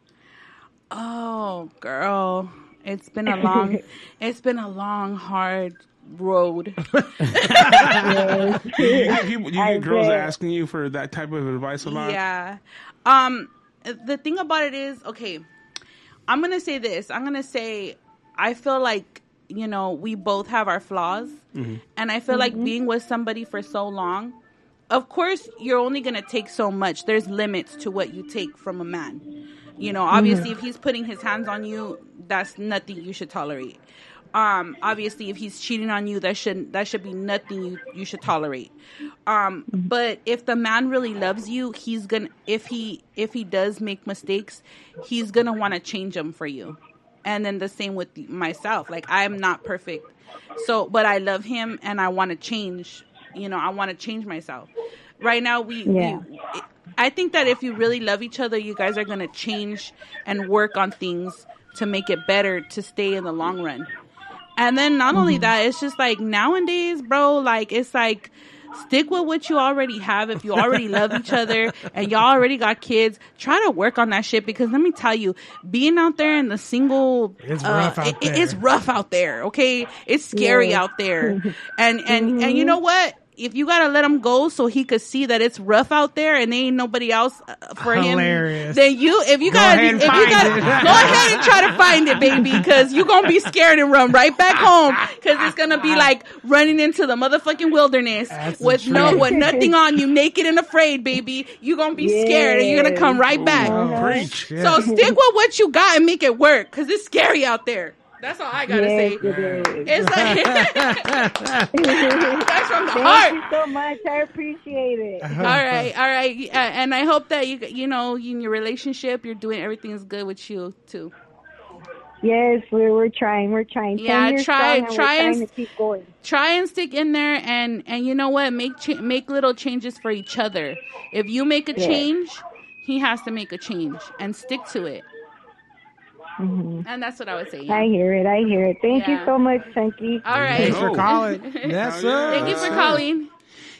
Oh, girl, it's been a long, it's been a long, hard road. You get, people, you I get girls bet. asking you for that type of advice a lot. yeah. Um, the thing about it is, okay, I'm gonna say this. I'm gonna say, I feel like you know we both have our flaws, Mm-hmm. and I feel like being with somebody for so long. Of course, you're only gonna take so much. There's limits to what you take from a man. You know, obviously, if he's putting his hands on you, that's nothing you should tolerate. Um, obviously, if he's cheating on you, that should that should be nothing you, you should tolerate. Um, but if the man really loves you, he's gonna if he if he does make mistakes, he's gonna want to change them for you. And then the same with myself. Like I'm not perfect, so but I love him and I want to change. You know, I want to change myself. Right now, we, Yeah. we I think that if you really love each other, you guys are going to change and work on things to make it better to stay in the long run. And then not Mm-hmm. only that, it's just like nowadays, bro, like it's like stick with what you already have if you already love each other and y'all already got kids try to work on that shit because let me tell you being out there in the single uh, It's rough out it- it- there. it's rough out there okay it's scary Yeah. out there and and Mm-hmm. and you know what if you gotta let him go so he could see that it's rough out there and there ain't nobody else uh, for him Hilarious. then you if you Go gotta ahead and if you find gotta it. go ahead and try to find it baby because you're gonna be scared and run right back home because it's gonna be like running into the motherfucking wilderness That's the with no truth. with nothing on you naked and afraid baby you're gonna be scared and you're gonna come right back Oh, Preach. shit. so stick with what you got and make it work because it's scary out there that's all i gotta Yes, say it is. it's like that's from the Thank heart you so much. I appreciate it. all right, all right, uh, and I hope that you you know in your relationship you're doing everything is good with you too. Yes, we're we're trying. We're trying. Yeah, Ten years try- strong, and try we're and- trying to keep going. Try and stick in there, and and you know what, make cha- make little changes for each other. If you make a Yeah. change, he has to make a change, and stick to it. And that's what I would say. yeah. I hear it. I hear it. Thank Yeah. you so much, Chunky. All right, Thanks No. for calling. Nessa. yeah. thank you for calling.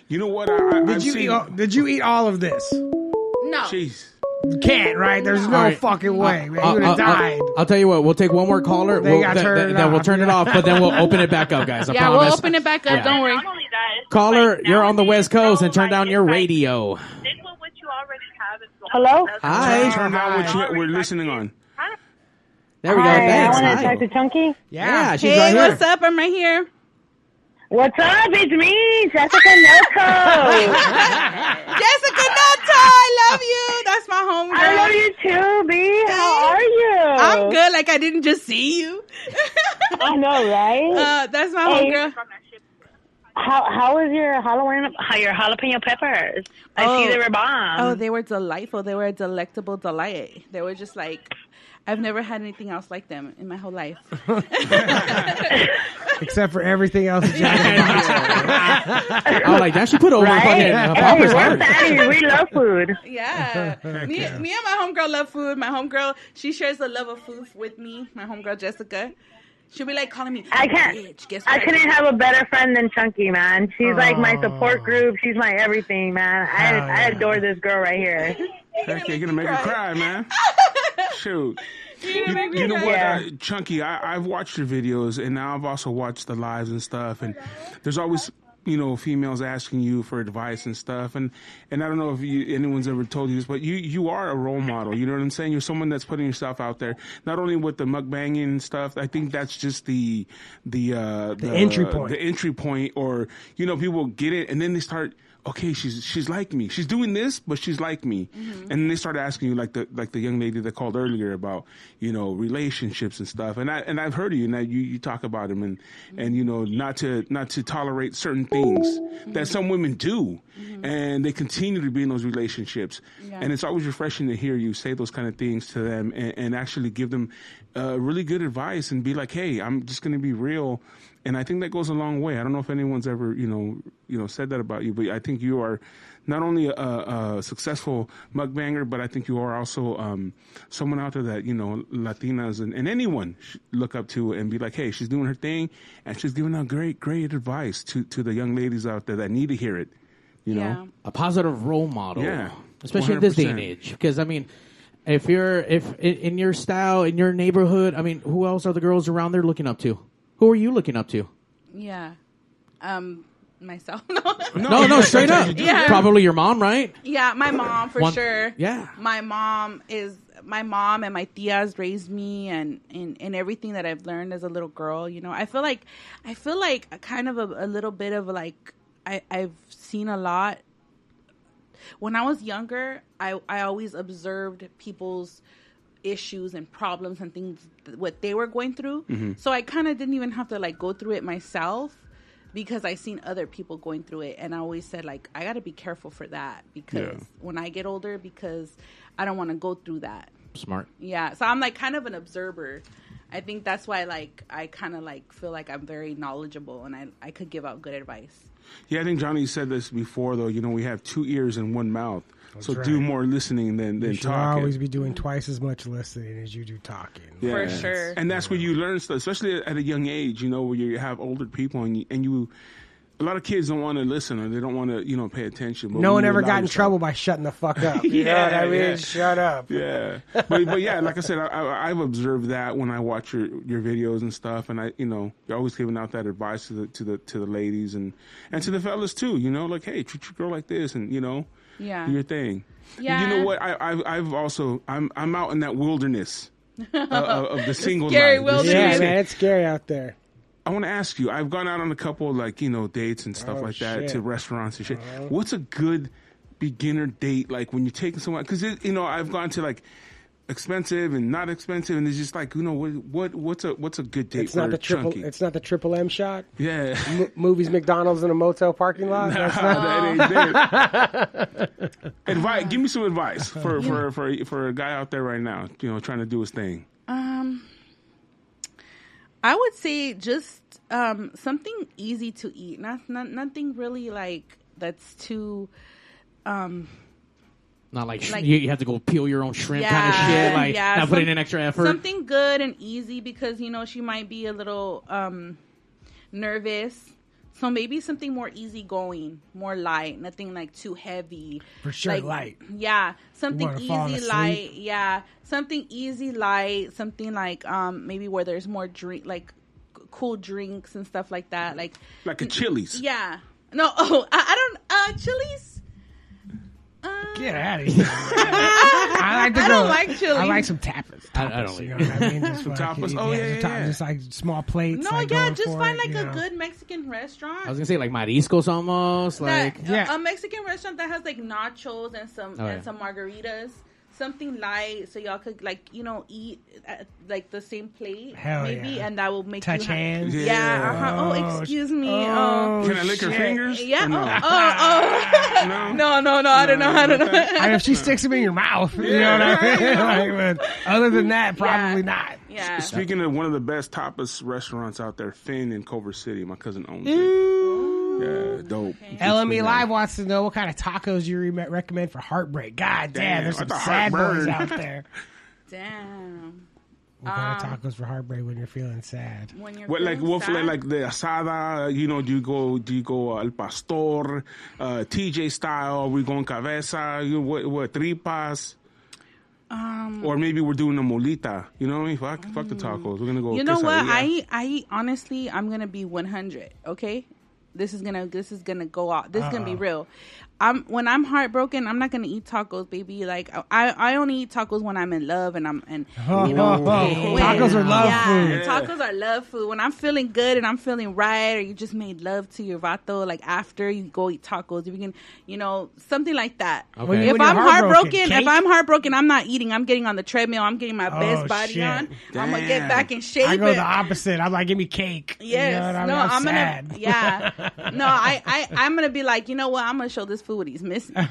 You know what? I, I, Did I've you seen, eat all, did you eat all of this? No, Jeez. You can't, right? There's no All right. Uh, fucking way, man. You would I'll, have died. I'll tell you what. We'll take one more caller. They We'll, got that- turned that- that we'll off. turn it off, but then we'll open it back up, guys. I yeah, promise. we'll open it back up. Yeah. Don't worry. Not only that, it's Caller, like you're on the nowadays, West Coast, though, and turn like, down it's your like, radio. stick with what you already have as long Hello? as- Hi. Turn down what Hi. you, we're listening on. There we go. Hi, Thanks. I want to Hi. talk to Chunky. Yeah, she's Hey, right here. what's up? I'm right here. What's up? It's me, Jessica Nelco. Jessica Nata, I love you. That's my home I love you too, B. How are you? I'm good. Like I didn't just see you. I know, right? Uh, that's my Hey. homegirl. how how was your Halloween? How your jalapeno peppers? I Oh. see they were bomb. Oh, they were delightful. They were a delectable delight. They were just like, I've never had anything else like them in my whole life. Except for everything else. that Jack- I'm Oh, like, that she put over right? fucking uh, hey, Papa's we're heart. fatty. We love food. Yeah. me, me and my homegirl love food. My homegirl, she shares the love of food with me. My homegirl, Jessica. She'll be like calling me, I can't- Bitch, guess what I couldn't have a better friend than Chunky, man. She's like my support Oh. group. She's my everything, man. I Hell I yeah. adore this girl right here. Heck, you're gonna make her cry, man. Shoot. You, me you know cry. what, Yeah. uh, Chunky? I, I've watched your videos, and now I've also watched the lives and stuff. And there's always you know, females asking you for advice and stuff. And and I don't know if you, anyone's ever told you this, but you you are a role model. You know what I'm saying? You're someone that's putting yourself out there. Not only with the mukbanging and stuff. I think that's just the the uh, the, entry point. The entry point, or you know, people get it and then they start. Okay, she's she's like me. She's doing this, but she's like me. And then they start asking you, like the like the young lady that called earlier about you know relationships and stuff. And I and I've heard of you. Now you, you talk about them and and you know not to not to tolerate certain things that some women do, and they continue to be in those relationships. And it's always refreshing to hear you say those kind of things to them and, and actually give them uh, really good advice and be like, hey, I'm just going to be real. And I think that goes a long way. I don't know if anyone's ever, you know, you know, said that about you, but I think you are not only a, a successful mukbanger, but I think you are also um, someone out there that you know Latinas and, and anyone sh- look up to and be like, hey, she's doing her thing and she's giving out great, great advice to to the young ladies out there that need to hear it. You yeah. know, a positive role model. Yeah, especially in this day 100%. and age. Because I mean, if you're if in, in your style in your neighborhood, I mean, who else are the girls around there looking up to? Who are you looking up to? Yeah. Um, myself. No. No, no, straight up. Yeah. Probably your mom, right? Yeah, my mom for One- sure. yeah. my mom is my mom and my tias raised me, and and and everything that I've learned as a little girl. You know, I feel like I feel like a kind of a, a little bit of like I I've seen a lot. When I was younger, I I always observed people's issues and problems and things what they were going through. So I kind of didn't even have to like go through it myself because I seen other people going through it, and I always said like I got to be careful for that because Yeah. when I get older, because I don't want to go through that. Smart. Yeah, so I'm like kind of an observer. I think that's why like I kind of like feel like I'm very knowledgeable and I I could give out good advice. yeah. I think Johnny said this before, though. You know, we have two ears and one mouth, so right. do more listening than than You should talking. always be doing twice as much listening as you do talking. For sure. And that's where you learn stuff, especially at a young age. You know, where you have older people and you, and you a lot of kids don't want to listen or they don't want to, you know, pay attention. But No when one you ever allow got in yourself- trouble by shutting the fuck up. You know what Yeah, I mean? yeah. Shut up. Yeah, but but yeah, like I said, I, I, I've observed that when I watch your, your videos and stuff, and I, you know, you're always giving out that advice to the to the to the ladies and and to the fellas too. You know, like hey, treat your girl like this, and you know, Yeah. do your thing. Yeah. You know what? I, I I've also I'm I'm out in that wilderness uh, of, of the single life. scary The wilderness. Yeah, single- man, it's scary out there. I want to ask you. I've gone out on a couple like you know dates and stuff Oh, like that shit. Uh-huh. to restaurants and shit. What's a good beginner date like when you're taking someone? Because you know I've gone to like expensive and not expensive, and it's just like you know what what what's a what's a good date It's for not the a triple. chunky? It's not the triple M shot. yeah. M- movies, McDonald's, and a motel parking lot. That's not. that ain't it. advice. Give me some advice for, for, for, for a guy out there right now, you know, trying to do his thing. I would say just um, something easy to eat. Not, not nothing really like that's too um, Not like, sh- Like- you, you have to go peel your own shrimp kind Yeah, of shit. Like yeah, not putting some- in extra effort. Something good and easy because you know she might be a little um nervous. So maybe something more easygoing, more light, nothing like too heavy. For sure, Like, light. Yeah, something wanna fall easy, asleep. light. Yeah, something easy, light. Something like um maybe where there's more drink, like c- cool drinks and stuff like that. Like Like a Chili's. yeah, no, oh, I, I don't. Uh, chilies. Uh, Get out of here. I like to go. I don't like chili. I like some tapas. I- I don't you know either. what I mean? Just some tapas. Oh, yeah, yeah, yeah. Just like small plates. no, like, yeah, going just for find it, like you a know. good Mexican restaurant. I was gonna say like mariscos almost. Like that, uh, Yeah. a, a Mexican restaurant that has like nachos and some Oh, and yeah. some margaritas, something light, so y'all could like you know eat at, like the same plate, Hell maybe, yeah. and that will make touch you ha- hands. Yeah. uh-huh. Oh, excuse me. Oh, Oh. Can I lick her shit. fingers? Yeah. Or Oh. no? Oh. oh. No? no. No. No. I don't know. I don't know. I mean, if she sticks them in your mouth, you know what I mean. Like, but other than that, probably Yeah. not. Yeah. Speaking of one of the best tapas restaurants out there, Finn in Culver City, my cousin owns it. Yeah, dope. LME E Live wants to know what kind of tacos you re- recommend for heartbreak. God Damn, damn, there's I some thought sad boys heartburn. out there. Damn. What kind Um, of tacos for heartbreak when you're feeling sad? When you're What like feeling what sad- like, like the asada? You know, do you go do you go al pastor, uh, TJ style? We going cabeza? You what what tripas? Um, or maybe we're doing a molita. You know what I mean? Fuck, fuck the tacos. We're gonna go. You know what? quesadilla. I eat, I eat, honestly, I'm going to be 100, okay? This is gonna this is gonna go off. This is gonna be Ah. real. I'm when I'm heartbroken, I'm not gonna eat tacos, baby. Like I I only eat tacos when I'm in love and I'm and you Oh, know when- Oh, Tacos are love yeah, food. Tacos are love food. When I'm feeling good and I'm feeling right, or you just made love to your vato, like after you go eat tacos, if you can, you know, something like that. Okay. When you- If when you're I'm heartbroken, heartbroken, cake? if I'm heartbroken, I'm not eating. I'm getting on the treadmill. I'm getting my Oh, best body shit. on. I'm gonna Damn. get back in shape. I go and- the opposite. I'm like, give me cake. You Yes. know what I mean? no, I'm, I'm, sad. gonna. Yeah. No, I, I, I'm gonna be like, you know what? I'm gonna show this food what he's missing. but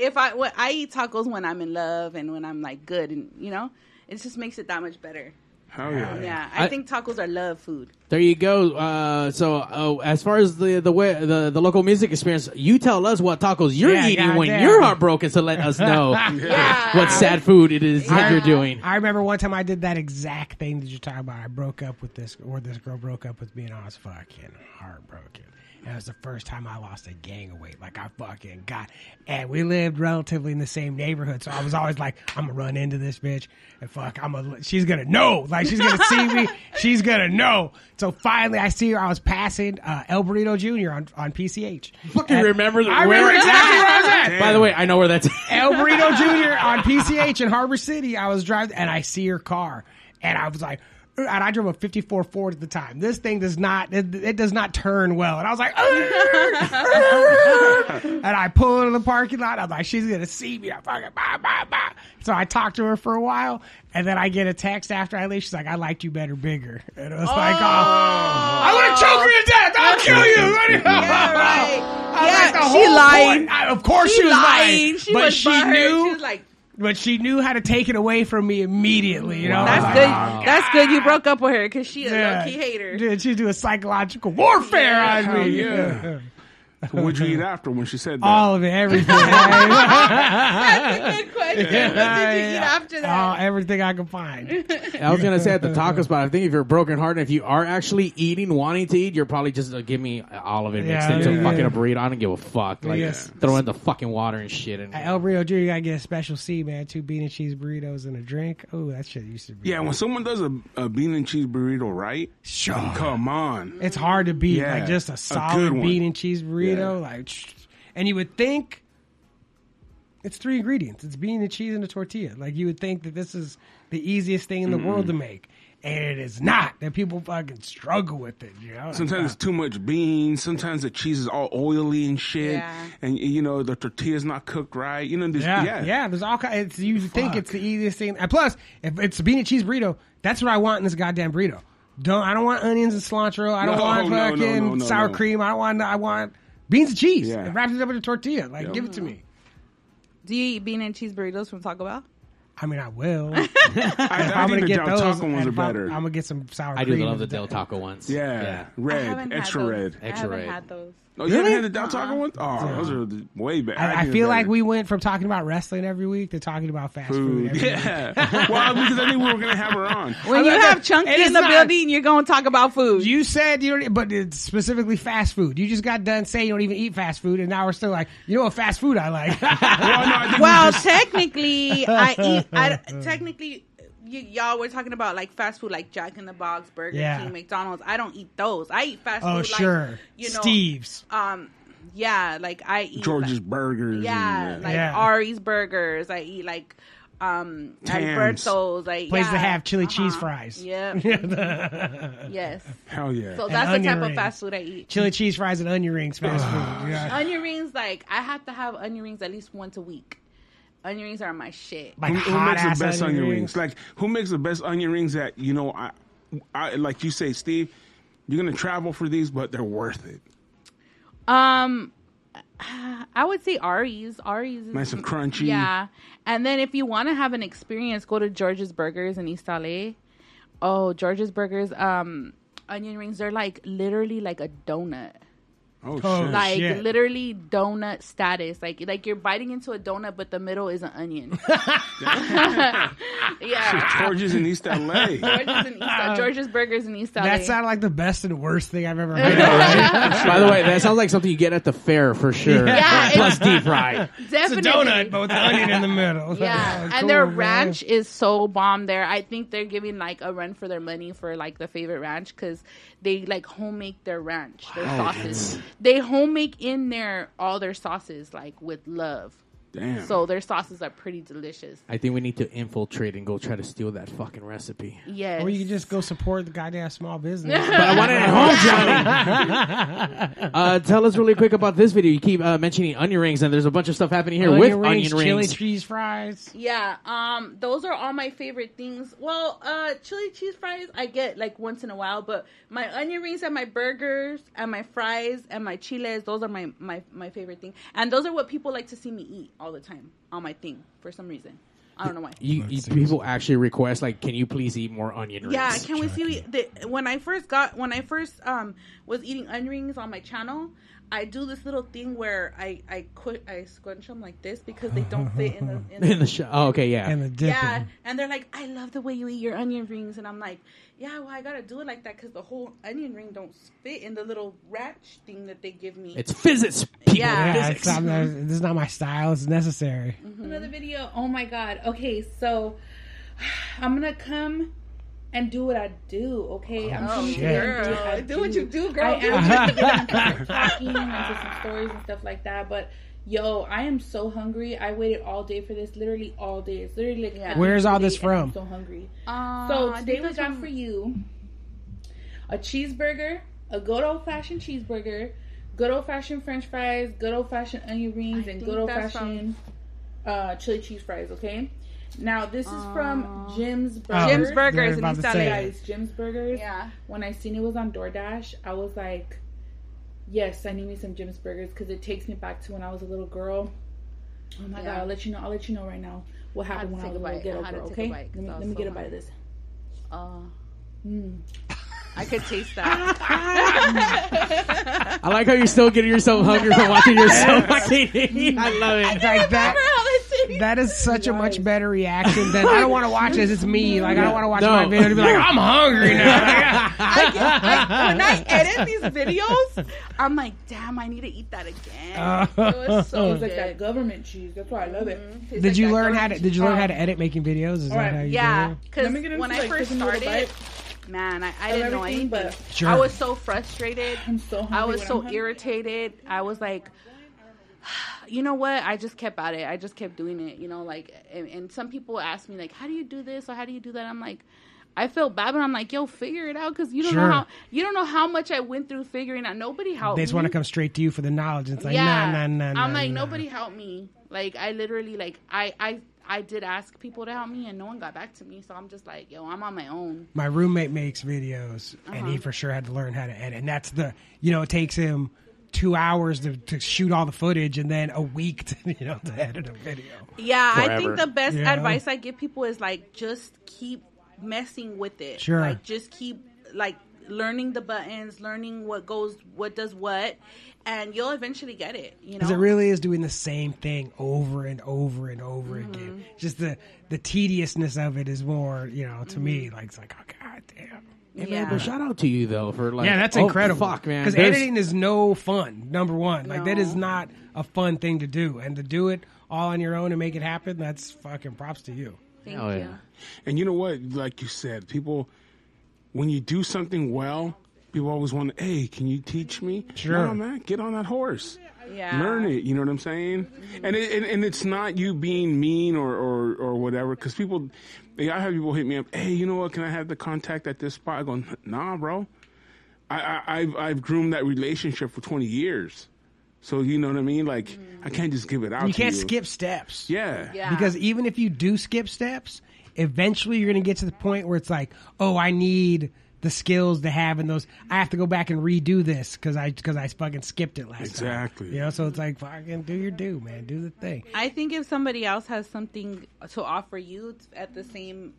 if I, what I eat tacos when I'm in love and when I'm like good, and you know, it just makes it that much better. Hell yeah. Yeah, I, I- think tacos are love food. There you go. Uh, so uh, as far as the the, way, the the local music experience, you tell us what tacos you're Yeah, eating when goddamn. you're heartbroken. So let us know Yeah. what sad food it is that you're doing. I remember one time I did that exact thing that you're talking about. I broke up with this, or this girl broke up with me, and I was fucking heartbroken. And it was the first time I lost a gang of weight. Like I fucking got, and we lived relatively in the same neighborhood, so I was always like, I'm gonna run into this bitch, and fuck, I'm gonna, she's gonna know, like she's gonna see me, she's gonna know. So finally, I see her. I was passing uh, El Burrito Jr. on on PCH. Fucking And- remember I where remember it's exactly at. where I was at. By the way, I know where that's. El Burrito Jr. on PCH in Harbor City. I was driving and I see her car and I was like, uh, and I drove a 54 Ford at the time. This thing does not, it, it does not turn well. And I was like, and I pull into the parking lot. I'm like, she's going to see me. I fucking, bah, bah, bah. So I talked to her for a while and then I get a text after I leave. She's like, I liked you better bigger. And I was like, oh, I want to choke her to death. I'll kill you. Yeah, right. I was Yeah, like, the she whole lying. point- I- of course she, She was lying, lying. She but was she butthurt. knew. She was like- but she knew how to take it away from me immediately. You know, That's Ah. good. That's good. You broke up with her because she a low key hater. Dude, she's doing psychological warfare on Hell me. yeah. So what'd you eat after when she said that? All of it, everything, man. That's a good question. What did you eat after Oh, that? everything I could find. I was gonna say at the taco spot. I think if you're broken hearted, if you are actually eating, wanting to eat, you're probably just uh, give me all of it mixed Yeah, into yeah, fucking yeah. a burrito. I don't give a fuck. Like Yes. throw in the fucking water and shit. And At El Rio Jr. You gotta get a special C, man. Two bean and cheese burritos and a drink. Oh, that shit used to be. Yeah, when someone does a, a bean and cheese burrito right, Sure. come on. It's hard to beat Yeah, like just a a solid good one. bean and cheese Yeah. burrito. Like, tsh- and you would think it's three ingredients: it's bean and cheese and a tortilla. Like you would think that this is the easiest thing in the world to make, and it is not. That people fucking struggle with it. You know, Like, Sometimes it's too much beans. Sometimes the cheese is all oily and shit, Yeah. and you know the tortilla's not cooked right. You know, this, Yeah, yeah, yeah, There's all kinds. It's, you think it's the easiest thing, and plus, if it's a bean and cheese burrito, that's what I want in this goddamn burrito. Don't I don't want onions and cilantro. I don't No, want no, no, fucking no, no, sour no. cream. I want I want beans and cheese. Yeah. It wraps it up in a tortilla. Like, give it to me. Do you eat bean and cheese burritos from Taco Bell? I mean, I will. if I, I I'm think gonna the get Del those, Taco and ones are if I'm- better. I'm, gonna get some sour. I do cream love the with Del Taco ones. yeah, I red, haven't had extra those. red. I Extra haven't red. had those. Oh, you haven't Really? Uh-huh. had the Del Taco ones? Oh, those are the- way better. I, I think they're feel like better. we went from talking about wrestling every week to talking about fast food. Food. every week. Yeah. well, because I think we were gonna have her on. When you not- have chunky it is in the not- building, you're going to talk about food. You said you don't, e-, but it's specifically fast food. You just got done saying you don't even eat fast food, and now we're still like, you know what fast food I like. Well, no, I think we well, just- technically, I eat. I, technically, you, y'all were talking about like fast food, like Jack in the Box, Burger Yeah. King, McDonald's. I don't eat those. I eat fast food. oh like, sure, you know, Steve's. Um, yeah, like I eat George's like- Burgers. Yeah, and, uh, like Yeah. Ari's Burgers. I eat like um Tams. Alberto's. I Places yeah. that have chili cheese fries. Yeah. yes. hell yeah. So that's the onion type of rings. fast food I eat. Chili cheese fries and onion rings, fast food. Yeah. onion rings, like I have to have onion rings at least once a week. Onion rings are my shit. Like who, who hot makes ass the best onion rings. Like who makes the best onion rings? That you know, I, I like you say, Steve, you're gonna travel for these, but they're worth it. Um, I would say Ari's. Ari's is Nice and crunchy. Yeah, and then if you want to have an experience, go to George's Burgers in East LA. Oh, George's Burgers. Um, onion rings. They're like literally like a donut. Oh, Oh, shit. Like shit. literally donut status. Like like you're biting into a donut, but the middle is an onion. yeah. George's in East LA. George's in East Uh, LA. George's Burgers in East LA. That sounded like the best and worst thing I've ever heard. By the way, that sounds like something you get at the fair for sure. Yeah, Plus it's- deep fry. it's a Definitely. donut, but with the onion in the middle. Yeah, Cool, and their man. ranch is so bomb there. I think they're giving like a run for their money for like the favorite ranch because they like homemade their ranch, their sauces. They homemade in there all their sauces like with love. Damn. So their sauces are pretty delicious. I think we need to infiltrate and go try to steal that fucking recipe. Yes. Or you can just go support the goddamn small business. But I want it at home, Johnny. uh, tell us really quick about this video. You keep uh, mentioning onion rings, and there's a bunch of stuff happening here with onion chili rings. cheese fries. Yeah, um, those are all my favorite things. Well, uh, chili cheese fries I get like once in a while, but my onion rings and my burgers and my fries and my chiles, those are my my my favorite thing. And those are what people like to see me eat all the time on my thing for some reason. I don't know why. you, you- people actually request, like, can you please eat more onion rings? Yeah, can we see the, when I first got when I first um was eating onion rings on my channel, I do this little thing where I I qu- I squinch them like this because they don't fit in the in the show. Oh, okay, yeah. And the dipping. Yeah, and they're like, "I love the way you eat your onion rings," and I'm like, "Yeah, well, I gotta do it like that because the whole onion ring don't fit in the little ranch thing that they give me." it's physics, people. Yeah. Yeah, Physics. it's not, this is not my style. It's necessary. Another video. Oh my god. Okay, so I'm gonna come and do what I do. Okay, I'm coming Oh, shit. here. Girl, I Oh, do what you do, girl. I am just talking and just some stories and stuff like that, but. Yo, I am so hungry. I waited all day for this, literally all day. It's literally like yeah. Uh, Where's all this from? so hungry. I So think today we that's got for you a cheeseburger, a good old fashioned cheeseburger, good old fashioned French fries, good old fashioned onion rings, and good old that's from- fashioned uh, chili cheese fries. Okay. Now this is from Jim's Oh, Burgers. I was about to say it. guys. Jim's Burgers. Yeah. When I seen it was on DoorDash, I was like, "Yes, I need me some Jim's Burgers" because it takes me back to when I was a little girl. Oh my god! I'll let you know. I'll let you know right now what How to happened when I was a take a little bite. ghetto How to girl. take a Okay, bite, 'cause let me, I let was me so get a bite of hungry. this. Oh, Mm. I could taste that. I like how you're still getting yourself hungry from watching yourself eating. I love it. Like that. That is such a much better reaction than I don't want to watch this. It's me. Like I don't want to watch No. my video and be like, I'm hungry now. I get, I, when I edit these videos, I'm like, damn, I need to eat that again. Oh, it was so It's good. It's like that government cheese. That's why I love it. It's "Oh, did like you that learn how to? government Did you learn how to edit making videos? Is that Alright, how you Yeah, did it? because Let me get into, when I like, first taking a little started, bite. man, I, I didn't know anything. everything, but- Sure. I was so frustrated. I'm so hungry I was when I'm so hungry. irritated. I was like, you know what? I just kept at it. I just kept doing it. You know, like, and, and some people ask me like, how do you do this or how do you do that? I'm like. I felt bad, but I'm like, yo, figure it out because you don't Sure. know how you don't know how much I went through figuring out. Nobody helped They just me. want to come straight to you for the knowledge. It's like, Oh, yeah, nah, nah, nah. I'm nah, like nah. nobody helped me. Like I literally like I I I did ask people to help me and no one got back to me. So I'm just like, yo, I'm on my own. my roommate makes videos and Uh-huh. he for sure had to learn how to edit and that's the you know it takes him two hours to, to shoot all the footage and then a week to you know to edit a video Yeah, I Forever. think the best Yeah. advice I give people is like just keep messing with it. Sure. Like just keep like learning the buttons, learning what goes what does what and you'll eventually get it, you know. because it really is doing the same thing over and over and over again Mm-hmm. just the the tediousness of it is more you know to me Mm-hmm. like it's like oh god damn Hey, man, Yeah. but shout out to you though for like yeah, that's oh, incredible. Fuck man, because There's- editing is no fun. Number one, like that is No. not a fun thing to do, and to do it all on your own and make it happen, that's fucking props to you. Thank Oh, you. yeah. And you know what? Like you said, people, when you do something well, people always want to, hey, can you teach me? Sure. No, man, get on that horse. Yeah. Mm-hmm. Learn it. You know what I'm saying? And, it, and and it's not you being mean or or, or whatever. Because people, I have people hit me up. Hey, you know what? Can I have the contact at this spot? I go, nah, bro. I, I I've I've groomed that relationship for 20 years. So you know what I mean? Like I can't just give it out. You to can't skip steps. Yeah. Mm. Yeah. Because even if you do skip steps, eventually you're going to get to the point where it's like, oh, I need the skills to have in those. I have to go back and redo this because I because I fucking skipped it last time. Exactly. You know, so it's like fucking do your due, man. Do the thing. I think if somebody else has something to offer you at the same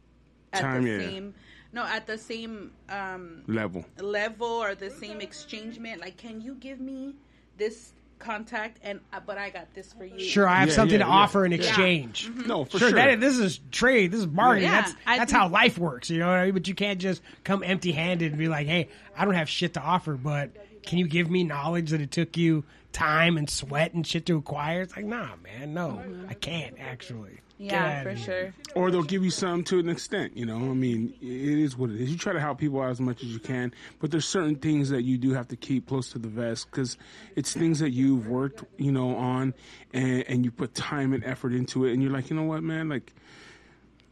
at Time, the yeah. same no at the same um Level. level or the same exchangement like can you give me this contact, and uh, but I got this for you. Sure, I have Yeah, something yeah, to yeah. offer in Yeah. exchange. Mm. No, for sure. sure. That, this is trade. This is bargaining. Yeah, that's I that's think- how life works. You know what I mean? But you can't just come empty handed and be like, "Hey, I don't have shit to offer, but can you give me knowledge that it took you time and sweat and shit to acquire?" It's like, nah, man, no, I can't actually. Get out Yeah, of for here. sure. or they'll give you some to an extent. You know, I mean, it is what it is. You try to help people out as much as you can, but there's certain things that you do have to keep close to the vest because it's things that you've worked, you know, on, and, and you put time and effort into it, and you're like, you know what, man, like.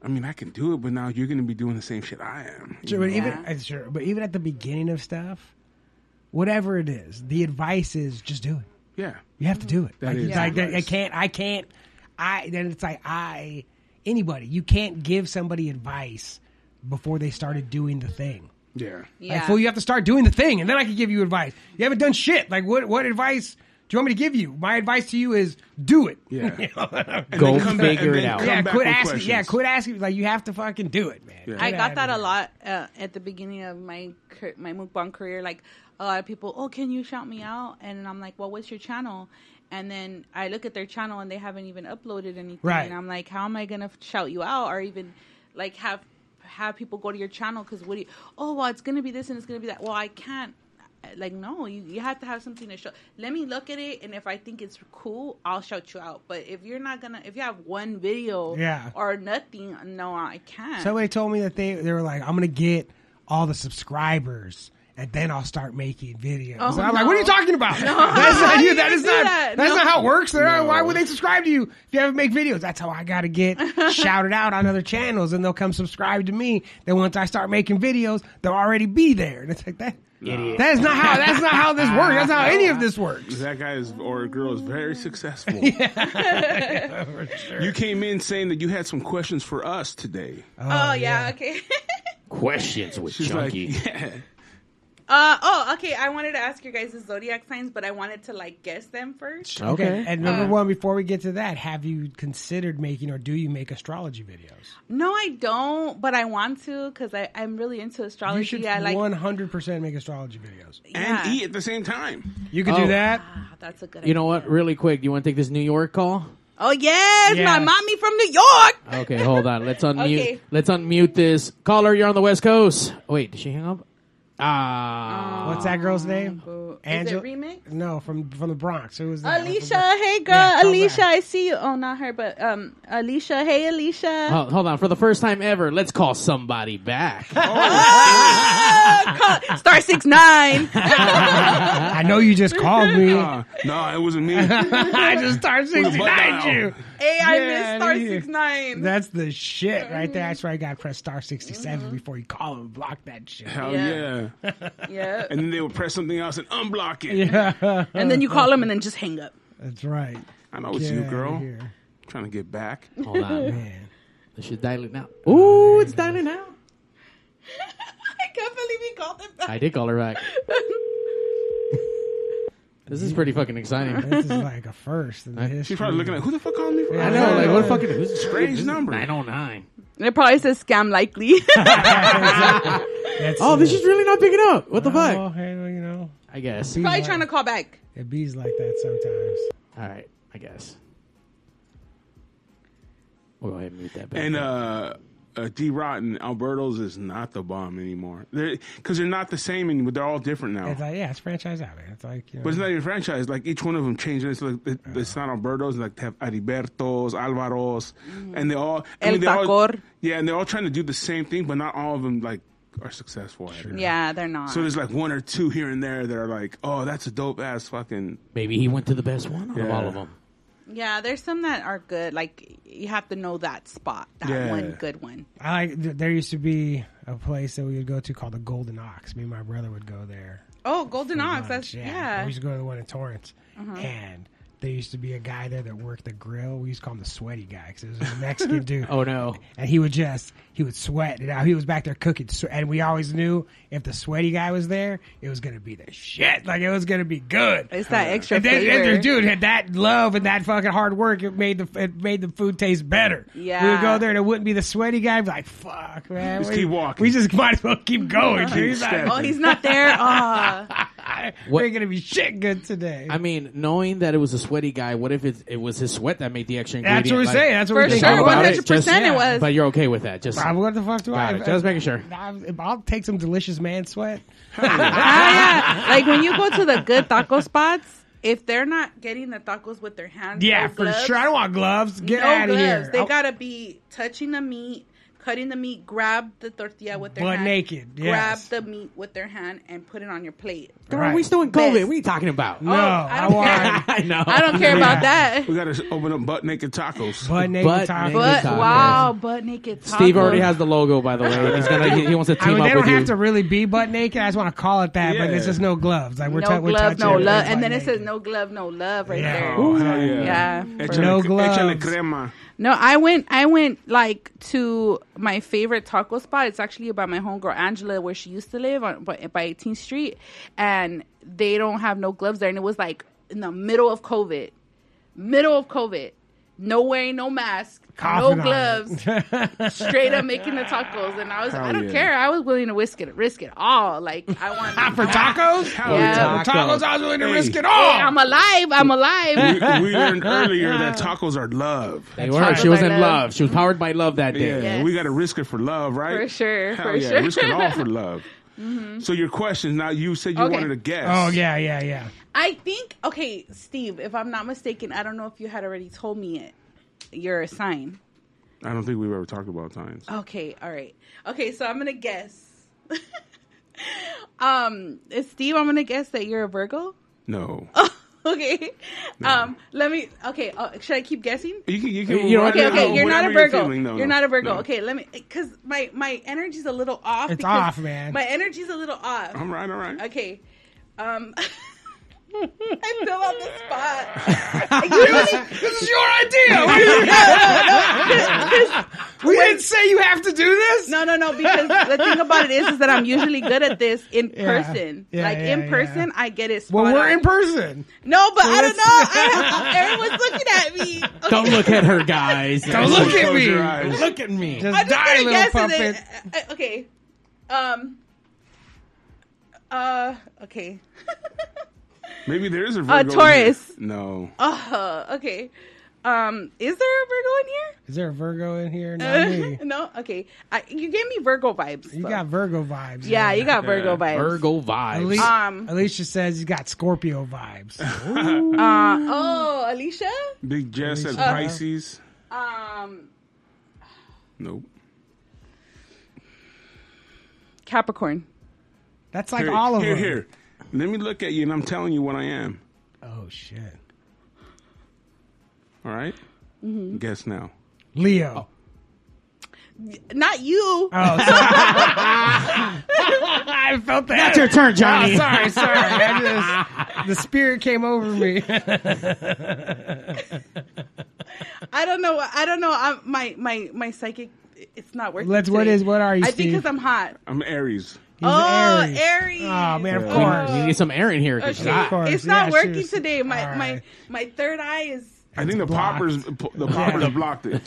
I mean, I can do it, but now you're going to be doing the same shit I am. you Sure, but know? even uh, sure, but even at the beginning of stuff, whatever it is, the advice is just do it. yeah, You have to do it. That like, is it's like, advice. I can't. I can't. I then it's like I anybody. You can't give somebody advice before they started doing the thing. yeah, Yeah. Like, fool, you have to start doing the thing, and then I can give you advice. You haven't done shit. Like, what what advice do you want me to give you? My advice to you is do it. yeah. You know? Go come back- figure and it then out. come yeah, back quit with asking. Yeah, questions. quit asking. Like, you have to fucking do it, man. Yeah. Get I out got of that a here. lot uh, at the beginning of my cur- my mukbang career. Like a lot of people, oh, can you shout me out? And I'm like, well, what's your channel? And then I look at their channel and they haven't even uploaded anything. Right. And I'm like, how am I gonna f- shout you out or even like have have people go to your channel? Because what do you? Oh, well, it's gonna be this and it's gonna be that. Well, I can't. Like no, you, you have to have something to show. Let me look at it, and if I think it's cool, I'll shout you out. But if you're not gonna, if you have one video Yeah. or nothing, no, I can't. Somebody told me that they they were like, I'm gonna get all the subscribers. And then I'll start making videos. Oh, And I'm like, what are you no. talking about? That's not you. you That can is do not. that? That's No. not how it works. They're not- Why would they subscribe to you if you haven't make videos? That's how I gotta get shouted out on other channels, and they'll come subscribe to me. Then once I start making videos, they'll already be there. And it's like that. That is not how. That's not how this works. That's not how any of this works. That guy is or girl is very successful. You came in saying that you had some questions for us today. Oh, yeah, okay. Questions with She's Chunky. like, yeah. uh oh, okay. I wanted to ask you guys the zodiac signs, but I wanted to like guess them first. okay. And Uh. number one, before we get to that, have you considered making or do you make astrology videos? No, I don't, but I want to because I'm really into astrology. You should I like. one hundred percent make astrology videos. yeah. and eat at the same time. You could Oh. do that. Ah, that's a good. You know what? Really quick, do you want to take this New York call? Oh yes, Oh, Yeah. my mommy from New York. Okay, hold on. Let's unmute. Okay. Let's unmute this caller. You're on the West Coast. Wait, did she hang up? Ah, What's that girl's name? Is it remix? No, from from the Bronx. Who was that? Alicia, hey girl, Yeah, call Alicia, back. I see you. Oh, not her, but um, Alicia, hey Alicia, Hol- hold on. For the first time ever, let's call somebody back. Ah, star six nine. I know you just called me. Uh, no, it wasn't me. I just started sixty Wow. nine you. hey, I Yeah, miss star yeah. six nine. That's the shit right there. That's why I got to press star sixty seven Mm-hmm. before you call and block that shit. Hell yeah. Yeah. yeah, And then they would press something else and unblock it. Yeah, and then you call them and then just hang up. that's right. I know it's Get you, outta girl. here. Trying to get back. hold on. Man. This should dial it now. Ooh, it's dialing now. I can't believe he called them back. I did call her back. this is pretty fucking exciting. This is like a first in the history. She's probably looking at who the fuck called me? For? I know, like what a fucking who's Strange number. Nine oh nine. It probably says scam likely. That's Oh, it. this is really not picking up. What the Oh, fuck? hey, well, you know, I guess. bees All probably like, trying to call back. it bees like that sometimes. right. I guess. We'll go ahead and mute that back. And uh, uh, D Rotten, Alberto's is not the bomb anymore. Because they're, not the same, and they're all different now. It's like yeah, it's franchise out. man. It's like you know, But it's not even franchise. Like each one of them changed. It's like it- it's not Alberto's. Like they have Aribertos, Alvaros, and they all I Mm. El mean, they all- Facor. yeah, and they're all trying to do the same thing, but not all of them like are successful. At it. Yeah, they're not. So there's like one or two here and there that are like, oh, that's a dope ass fucking. Maybe he went to the best one out of Yeah. all of them. yeah, there's some that are good. Like you have to know that spot, that Yeah. one good one. I like th- there used to be a place that we would go to called the Golden Ox. Me and my brother would go there. Oh, Golden Ox. That's Lunch, yeah. Uh-huh. We used to go to the one in Torrance, and there used to be a guy there that worked the grill. We used to call him the sweaty guy because it was a Mexican dude. Oh no. And he would just he would sweat it out. He was back there cooking, swe- and we always knew if the sweaty guy was there, it was gonna be the shit. Like it was gonna be good. It's that extra And then, and flavor. the dude had that love and that fucking hard work. It made the it made the food taste better. Yeah. we would go there and it wouldn't be the sweaty guy. I'd be like fuck, man, Just we, keep walking. We just might as well keep going. dude. He's like, Step. oh, he's not there. Ah, God, What- we're gonna be shit good today. I mean, knowing that it was a sweaty guy, what if it, it was his sweat that made the extra ingredient? That's what we're Like, saying. That's what For we're thinking sure, about it. 100% it yeah. was. But you're okay with that? Just I'm what the fuck do Got I? it. Just making sure. I'm- I'll take some delicious man sweat. Ah, yeah. Like when you go to the good taco spots, if they're not getting the tacos with their hands, Yeah, no for gloves, sure. I don't want gloves. Get no out of gloves. here. They I'll- gotta be touching the meat, cutting the meat, grab the tortilla with their Butt hand, naked, grab yes. the meat with their hand, and put it on your plate. Are Right. we still in COVID? What are you talking about? no, I, don't want I know. I don't care about that. We gotta s- open up butt naked tacos. butt naked Butt tacos. naked But tacos. wow, butt naked. Tacos. Steve already has the logo, by the way. He's gonna. He, he wants to I team mean, up they don't with have you. to really be butt naked. I just want to call it that. But Yeah. there's just no gloves. Like we're, no tou- we're glove, touching no it. love, It's butt and then it naked. says no glove, no love right Yeah. there. Oh, hell yeah. Yeah. Échale- No gloves. échale crema. No, I went. I went like to my favorite taco spot. It's actually by my homegirl Angela, where she used to live on by by 18th Street, and they don't have no gloves there. And it was like in the middle of COVID, middle of COVID, no wearing no mask, Coughing no on gloves, it. straight up making the tacos. And I was, I Hell don't yeah. care. I was willing to risk it, risk it all. Like I want for tacos. Yeah. For tacos, I was willing to Hey. risk it Hey, all. I'm alive. I'm We, alive. we learned earlier that tacos are love. They weren't. She Tacos was by in love. love. She was powered by love that Yeah, day. Yes. we got to risk it for love, right? For sure, Hell for yeah, sure. Mm-hmm. risk it all for love. So your question now, you said you Okay. wanted a guess. Oh yeah, yeah, yeah. I think okay, Steve, if I'm not mistaken, I don't know if you had already told me it. Your sign. I don't think we've ever talked about times. Okay, all right. Okay, so I'm gonna guess. um, is Steve, I'm gonna guess that you're a Virgo. No, Oh. okay. Um, let me. Okay, uh, should I keep guessing? you can. You can You know, whatever- Okay, okay, no, you're not a whatever you're Virgo. feeling, no, you're no, not a Virgo. no. Okay, let me, because my my energy's a little off. It's because off, man. My energy's a little off. All right, all right. Okay. Um I feel on the spot. You really- This is your idea. we didn't say you have to do this. no, no, no. Because the thing about it is, is that I'm usually good at this in person. Yeah, like yeah, in person, I get it. Well, spot we're on. in person. No, but I don't let's- know. I, everyone's looking at me. Okay. Don't look at her, guys. Don't Just look at close me. your eyes. Look at me. Just I'm just die, gonna little guess and puppet. then- I- I- okay. Um. Uh. Okay. Maybe there is a Virgo. Uh, in here. Taurus. No. Uh, okay. Um. Is there a Virgo in here? Is there a Virgo in here? Not me. no, okay. I, you gave me Virgo vibes. You though. got Virgo vibes. yeah, man. you got Virgo vibes. Virgo vibes. Ah, Alicia, Um, Alicia says you got Scorpio vibes. Uh, oh, Alicia. Big Jess at Lisa. Pisces. Um, Nope. Capricorn. That's like Here, all of here, them. Here, Let me look at you, and I'm telling you what I am. Oh shit. All right? Mm-hmm. Guess now. Oh. Leo. Not you. Oh, I felt that. That's your turn, Johnny. Oh, sorry, sorry. I just, the spirit came over me. I don't know. I don't know. I'm, my my my psychic. It's not working. Let's. What today. is? What are you? I Steve? think because I'm hot. I'm Aries. He's an oh, Aries. Aries. Oh man, of Yeah. course. We need some air in here. 'cause Okay. I- Of course, It's not yeah, working seriously. today. My All my right. my third eye is. I think the blocked. poppers, the poppers blocked it.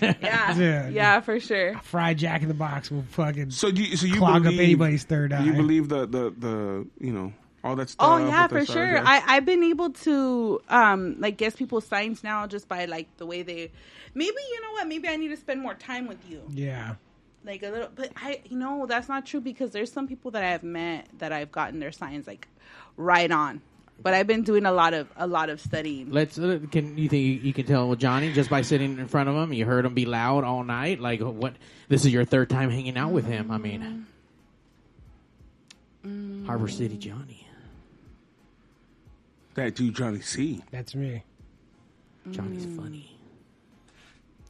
Yeah. Yeah. Yeah, for sure. Fried Jack in the Box will fucking So you, so you clog believe, up anybody's third eye. You believe the, the, the, you know, all that stuff. Uh, Oh yeah, what they for started sure. as? I I've been able to um like guess people's signs now just by like the way they. Maybe you know what? Maybe I need to spend more time with you. yeah. Like a little, but I you know that's not true because there's some people that I have met that I've gotten their signs like right on. But I've been doing a lot of a lot of studying. Let's. Uh, can you think you, you can tell Johnny just by sitting in front of him? You heard him be loud all night. Like what? This is your third time hanging out with him. I mean, Mm. Harbor City Johnny, That dude, Johnny C. That's me. Johnny's Hmm. funny.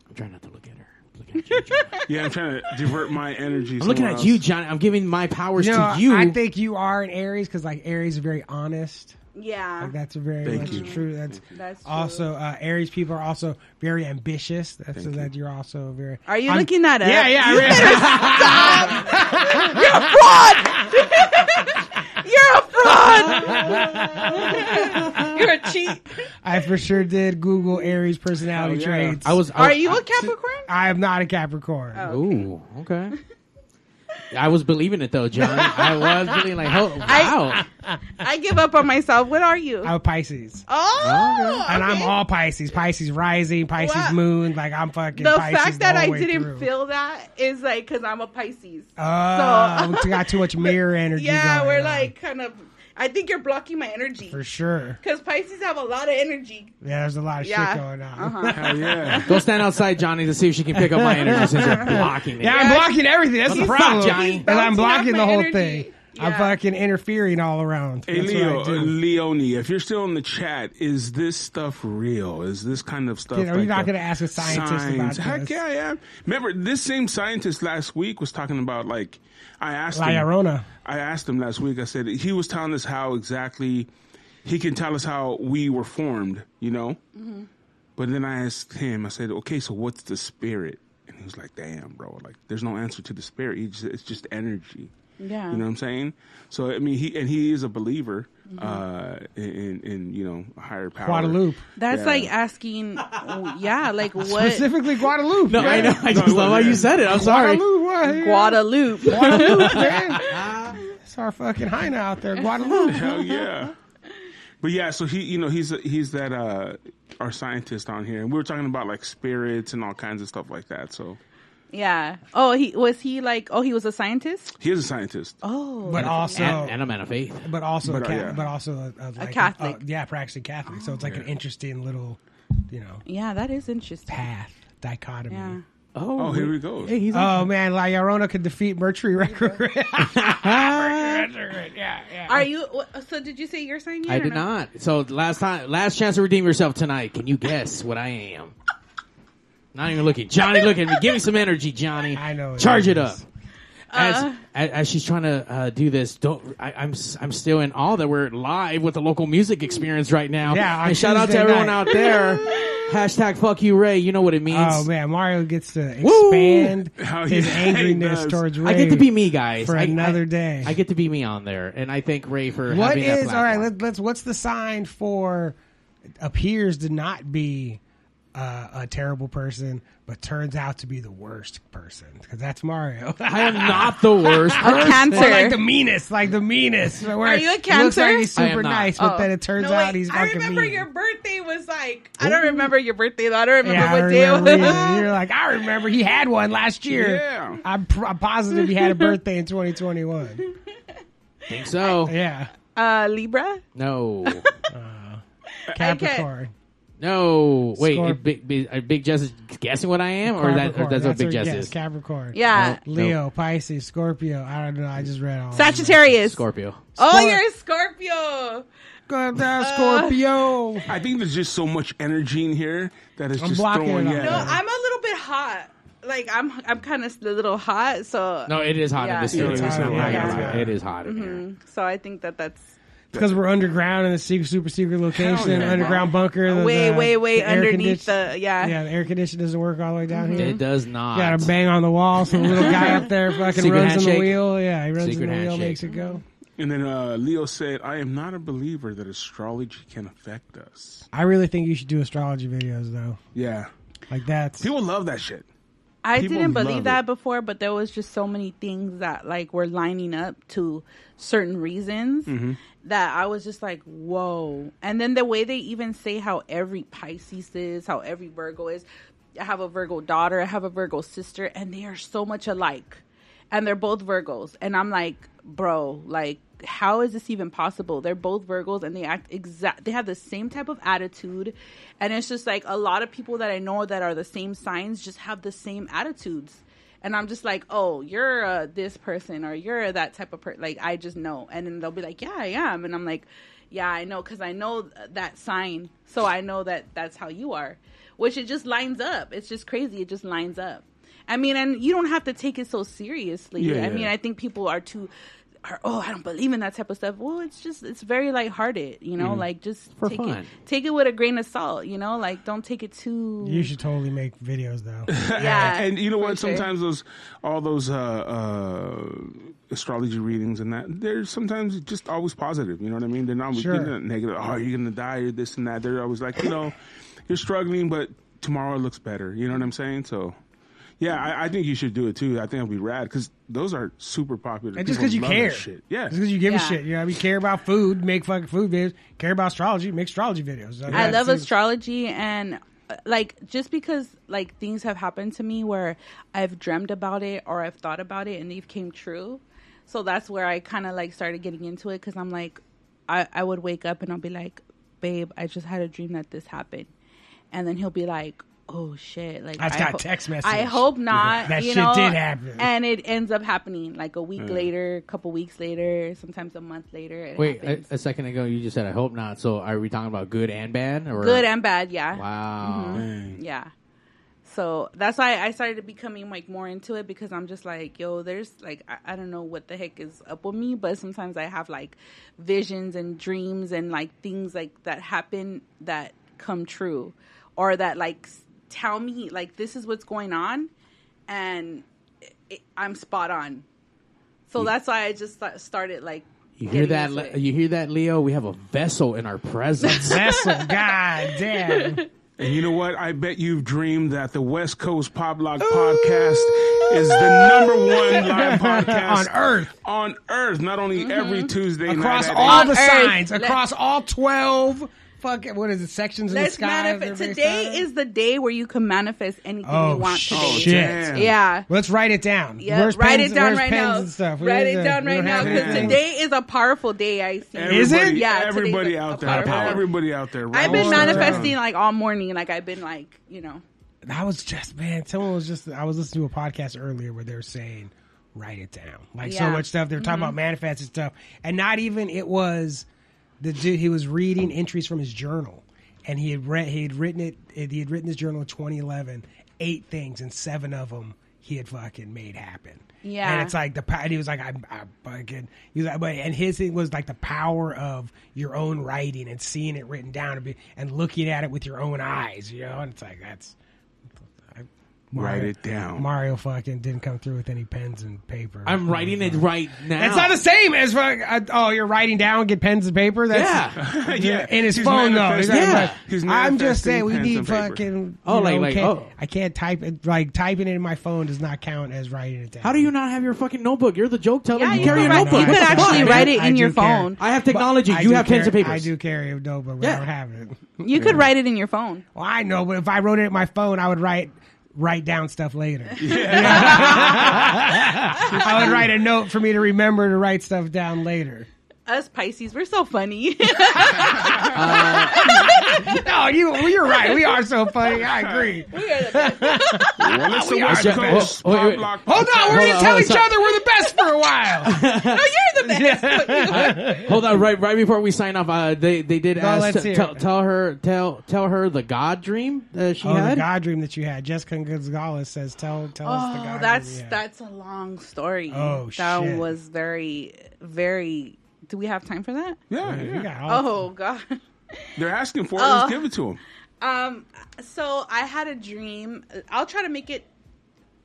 I'm trying not to look at her. I'm looking at you, Johnny. Yeah, I'm trying to divert my energy. I'm looking somewhere at you, else. Johnny. I'm giving my powers You know, to you. I think you are an Aries because like Aries are very honest. Yeah, Like that's a very Thank much you. true. That's that's true. also uh, Aries people are also very ambitious. That's so that you're also very. Are you I'm- looking that up? Yeah, yeah. I read- You're a fraud. You're a cheat. I for sure did Google Aries personality Oh, yeah. traits. I was. I, Are you I- a Capricorn? I am not a Capricorn. Ooh. Okay. I was believing it though, John. I was really like, oh, wow. I give up on myself. What are you? I'm Pisces. oh, And I'm okay. all Pisces. Pisces rising, Pisces Wow. moon. Like I'm fucking The Pisces fact that all I the way didn't through. feel that is like because I'm a Pisces. Oh, So- got too much mirror energy. yeah, going we're on, like kind of. I think you're blocking my energy for sure. because Pisces have a lot of energy. Yeah, there's a lot of Yeah. Uh-huh. shit going on. Hell yeah. Go stand outside, Johnny, to see if she can pick up my energy since you're blocking it. Yeah, I'm blocking everything. That's the Fuck, problem. Johnny. And I'm blocking Bouncing the off my whole energy. thing. I'm Yeah. fucking interfering all around. Hey That's Leo, what I do. Leonie, if you're still in the chat, is this stuff real? Is this kind of stuff? Dude, are you like not the gonna ask a scientist about signs? Heck this? yeah, I am. Remember, this same scientist last week was talking about like I asked La him, Llorona. I asked him last week. I said he was telling us how exactly he can tell us how we were formed, you know. But then I asked him. I said, "Okay, so what's the spirit?" And he was like, "Damn, bro! Like, there's no answer to the spirit. He just, it's just energy." Yeah. You know what I'm saying? So I mean, he and he is a believer uh, in, in you know higher power. Guadalupe. That's Yeah. like asking, yeah, like what Specifically Guadalupe. No, I know. I just No, love how yeah. you said it. I'm sorry. Guadalupe. what? Guadalupe. Guadalupe, man. It's our fucking hyena out there, Guadalupe. Hell yeah. But yeah, so he, you know, he's he's that uh, our scientist on here, and we were talking about like spirits and all kinds of stuff like that. So Yeah. Oh, he was he like? Oh, he was a scientist. he is a scientist. Oh, But also, And, and a man of faith. but also, But, but, uh, yeah. but also, a, a, like, Catholic. uh, yeah, practicing Catholic. So it's like an interesting little, you know, yeah, that is interesting. path dichotomy. Yeah. Oh, here we go. Hey, he's Oh man, La Llorona could defeat Mercury retrograde. Are you? wh- So did you say your sign yet? I or did not. So last time, last chance to redeem yourself tonight. Can you guess what I am? Not even looking. Johnny, look at me. Give me some energy, Johnny. I know it Charge it up. is. As, as as she's trying to uh, do this, don't I, I'm s- I'm still in awe that we're live with the local music experience right now. Yeah, on and shout out to Tuesday everyone night. out there. Hashtag fuck you, Ray. You know what it means. oh man, Mario gets to Woo! expand Hell his yeah, he angriness does. towards Ray. I get to be me, guys. For I- another I- day. I get to be me on there, and I thank Ray for What having that is all right? platform. Let, let's. What's the sign for appears to not be uh, a terrible person, but turns out to be the worst person? Because that's Mario. I am not the worst. A cancer. Or like the meanest, like the meanest. Are you a Looks Cancer? like he's I am super not. nice, Oh. but then it turns No, wait, out he's I fucking remember mean. your birthday was like. I don't remember your birthday though. I don't remember yeah, I what day remember it was. either. You're like, I remember he had one last year. Yeah. I'm, pr- I'm positive he had a birthday in 2021. think so. Yeah. Uh, Libra. No. Capricorn. No, wait, Scorp- it- big, big, are Big Jess is guessing what I am, or that, or Capricorn. that's what Big her Jess guess, is. Capricorn. Yeah. No. Leo, Pisces, Scorpio. I don't know. I just read all. of them. Sagittarius. Scorpio. Oh, Scor- you're a Scorpio. Go down, Scorpio. I think there's just so much energy in here that it's I'm just blocking throwing. it yeah. out. No, I'm a little bit hot. Like I'm, I'm kind of a little hot. So, No, it is hot in Yeah, this it studio. is It's hot. not Yeah, lying. yeah, It's yeah. hot. It is hot in here. so I think that that's Because we're underground in a secret, super secret location, yeah. underground bunker. The, way, the- way, way uh, the air underneath condi- the yeah. Yeah, the air condition doesn't work all the way down here. It does not. Mm-hmm. You got to bang on the wall, so the little guy up there fucking Secret runs in handshake. the wheel. Yeah, he runs Secret in the wheel, handshake. makes it go. And then uh, Leo said, "I am not a believer that astrology can affect us." I really think you should do astrology videos though. Yeah, Like that's people love that shit. I People didn't love believe that it. before, but there was just so many things that like were lining up to certain reasons Mm-hmm. that I was just like, whoa. And then the way they even say how every Pisces is, how every Virgo is. I have a Virgo daughter, I have a Virgo sister, and they are so much alike. And they're both Virgos. And I'm like, bro, like how is this even possible? They're both Virgos and they act exact they have the same type of attitude and it's just like a lot of people that I know that are the same signs just have the same attitudes. And I'm just like, "Oh, you're uh, this person or you're that type of person." Like I just know. And then they'll be like, "Yeah, I am." And I'm like, "Yeah, I know cuz I know that sign. So I know that that's how you are." Which it just lines up. It's just crazy. It just lines up. I mean, and you don't have to take it so seriously. Yeah, yeah. I mean, I think people are too. Are, oh, I don't believe in that type of stuff. Well, it's just it's very lighthearted, you Mm-hmm. know. Like just For take fun. it take it with a grain of salt, you know. Like don't take it too. you should totally make videos though. yeah, and you know what? for sure. Sometimes those, all those uh, uh, astrology readings and that, they're sometimes just always positive. You know what I mean? They're not Sure. they're not negative. Oh, you're gonna die or this and that. They're always like, you know, you're struggling, but tomorrow looks better. You know what I'm saying? So, Yeah, I, I think you should do it too. I think it'll be rad because those are super popular. And just People because you love that care, shit. yeah, just because you give Yeah. a shit, you know. what I mean, care about food, make fucking food videos. Care about astrology, make astrology videos. mean, I love that's- astrology and uh, like just because like things have happened to me where I've dreamed about it or I've thought about it and they've came true. So that's where I kind of like started getting into it because I'm like, I, I would wake up and I'll be like, babe, I just had a dream that this happened. And then he'll be like, oh shit. Like, I just I got a ho- text message. I hope not. That you shit know? did happen. Mm. And it ends up happening like a week later, a couple weeks later, sometimes a month later. It Wait, a, happens. a second ago you just said I hope not. So are we talking about good and bad or good and Mm-hmm. bad, yeah. Wow. Yeah. So that's why I started becoming like more into it because I'm just like, yo, there's like I, I don't know what the heck is up with me, but sometimes I have like visions and dreams and like things like that happen that come true or that like s- tell me like this is what's going on and it, it, I'm spot on. So Mm. that's why I just sta- started like You hear getting that? into Le- it. you hear that, Leo? We have a vessel in our presence. Vessel, god damn. And you know what? I bet you've dreamed that the West Coast Pop Lock podcast is the number one live podcast On Earth. Mm-hmm. On Earth, not only every Tuesday across night at all On the Earth, signs, let- across all twelve fucking what is it sections in the Let's sky? that manifest. they're based Today on? is the day where you can manifest anything Oh, you want sh- today. Oh, shit. damn. Yeah. Let's write it down. Yeah, Where's write pens- it down where's right pens now. and stuff? We Write don't- it down we don't right now have because anything. today is a powerful day. I see. Everybody, Is it? Yeah, today's everybody a- out a lot there, of power. everybody out there. I've right been now. manifesting like all morning. Like I've been like you know. I was just man, someone was just I was listening to a podcast earlier where they're saying write it down. Like so Yeah. Mm-hmm. much stuff. They're talking about manifest and stuff. And not even it was the dude he was reading entries from his journal. And he had read he had written it he had written his journal in 2011, eight things and seven of them he had fucking made happen. Yeah. And it's like the power. He was like, I, I fucking. He was like, but and his thing was like the power of your own writing and seeing it written down and, be, and looking at it with your own eyes, you know. And it's like that's Write it down. Mario fucking didn't come through with any pens and paper. I'm writing it right now. That's not the same as fuck. uh, oh, you're writing down, get pens and paper. That's Yeah. yeah, in his He's phone though. manifesting- Yeah. yeah, he's I'm manifesting just saying we pens need and paper. fucking. Oh, you like- know, like, can't- oh. I can't type it. Like typing it in my phone does not count as writing it down. How do you not have your fucking notebook? You're the joke teller. Yeah, you you carry can a write- notebook. you What could the actually fuck? write it I in do your carry- phone. I have technology. I you do have pens carry- and papers. I do carry a notebook, but Yeah. I don't have it. You could write it in your phone. Well, I know, but if I wrote it in my phone, I would write write down stuff later. I would write a note for me to remember to write stuff down later. Us Pisces, we're so funny. No, you well, you're right. We are so funny. I agree. Well, it's the West just- Coast Oh, wait, wait, Pop Lock. wait. Hold on, we're Hold gonna on, tell hold on, each sorry. other we're the best for a while. Hold on, right right before we sign off, uh, they they did ask let's t- hear tell, it. tell her tell tell her the God dream that she Oh, the had. God dream that you had. Jessica Gonzalez says, "Tell, tell us the God oh, dream that's you had. that's a long story. Oh, that shit. was very very. Do we have time for that? Yeah, We yeah. got all- Oh God. They're asking for it. Uh. Oh. Let's give it to them. Um, so I had a dream. I'll try to make it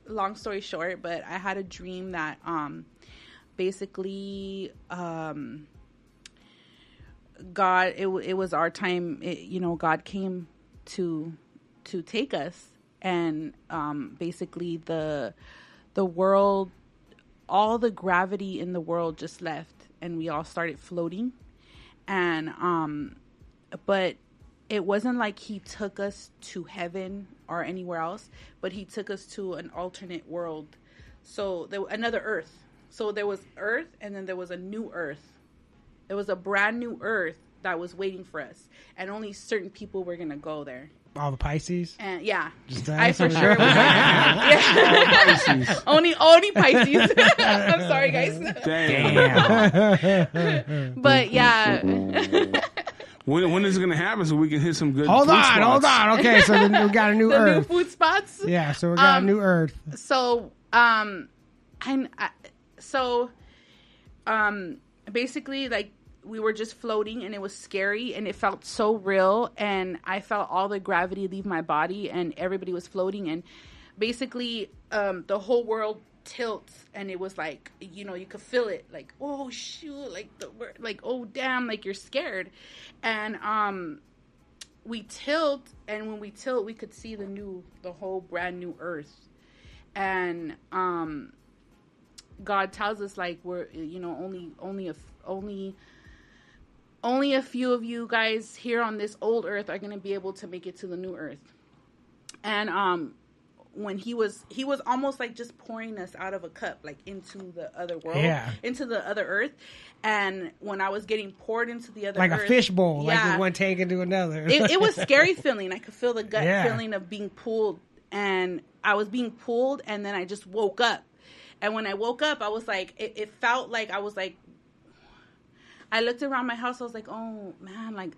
long story short, but I had a dream that um basically um God it w- it was our time, it, you know, God came to to take us and um basically the the world all the gravity in the world just left and we all started floating and um but it wasn't like he took us to heaven or anywhere else, but he took us to an alternate world. So there another earth. So there was earth and then there was a new earth. It was a brand new earth that was waiting for us and only certain people were going to go there. all the Pisces. And yeah, that I Oh. for episode? sure. Was Yeah. only only Pisces. I'm sorry, guys, Damn. but yeah, When, when is it gonna happen so we can hit some good? Hold food on, spots? hold on. Okay, so then we got a new the new Earth. food spots. yeah, so we got Um, a new Earth. so um I'm, I so um basically like we were just floating and it was scary and it felt so real and I felt all the gravity leave my body and everybody was floating and basically um the whole world tilts and it was like you know you could feel it like oh shoot like the wor- like oh damn like you're scared and um we tilt and when we tilt we could see the new the whole brand new earth and um, God tells us like we're you know only only a f- only only a few of you guys here on this old earth are going to be able to make it to the new earth. And um when he was he was almost like just pouring us out of a cup like into the other world Yeah. into the other earth and when i was getting poured into the other like earth, a fishbowl, like yeah, from one tank into another. it, it was scary feeling. I could feel the gut Yeah. feeling of being pulled, and I was being pulled, and then I just woke up. And when I woke up, I was like, it, it felt like I was like, I looked around my house. I was like, oh man, like,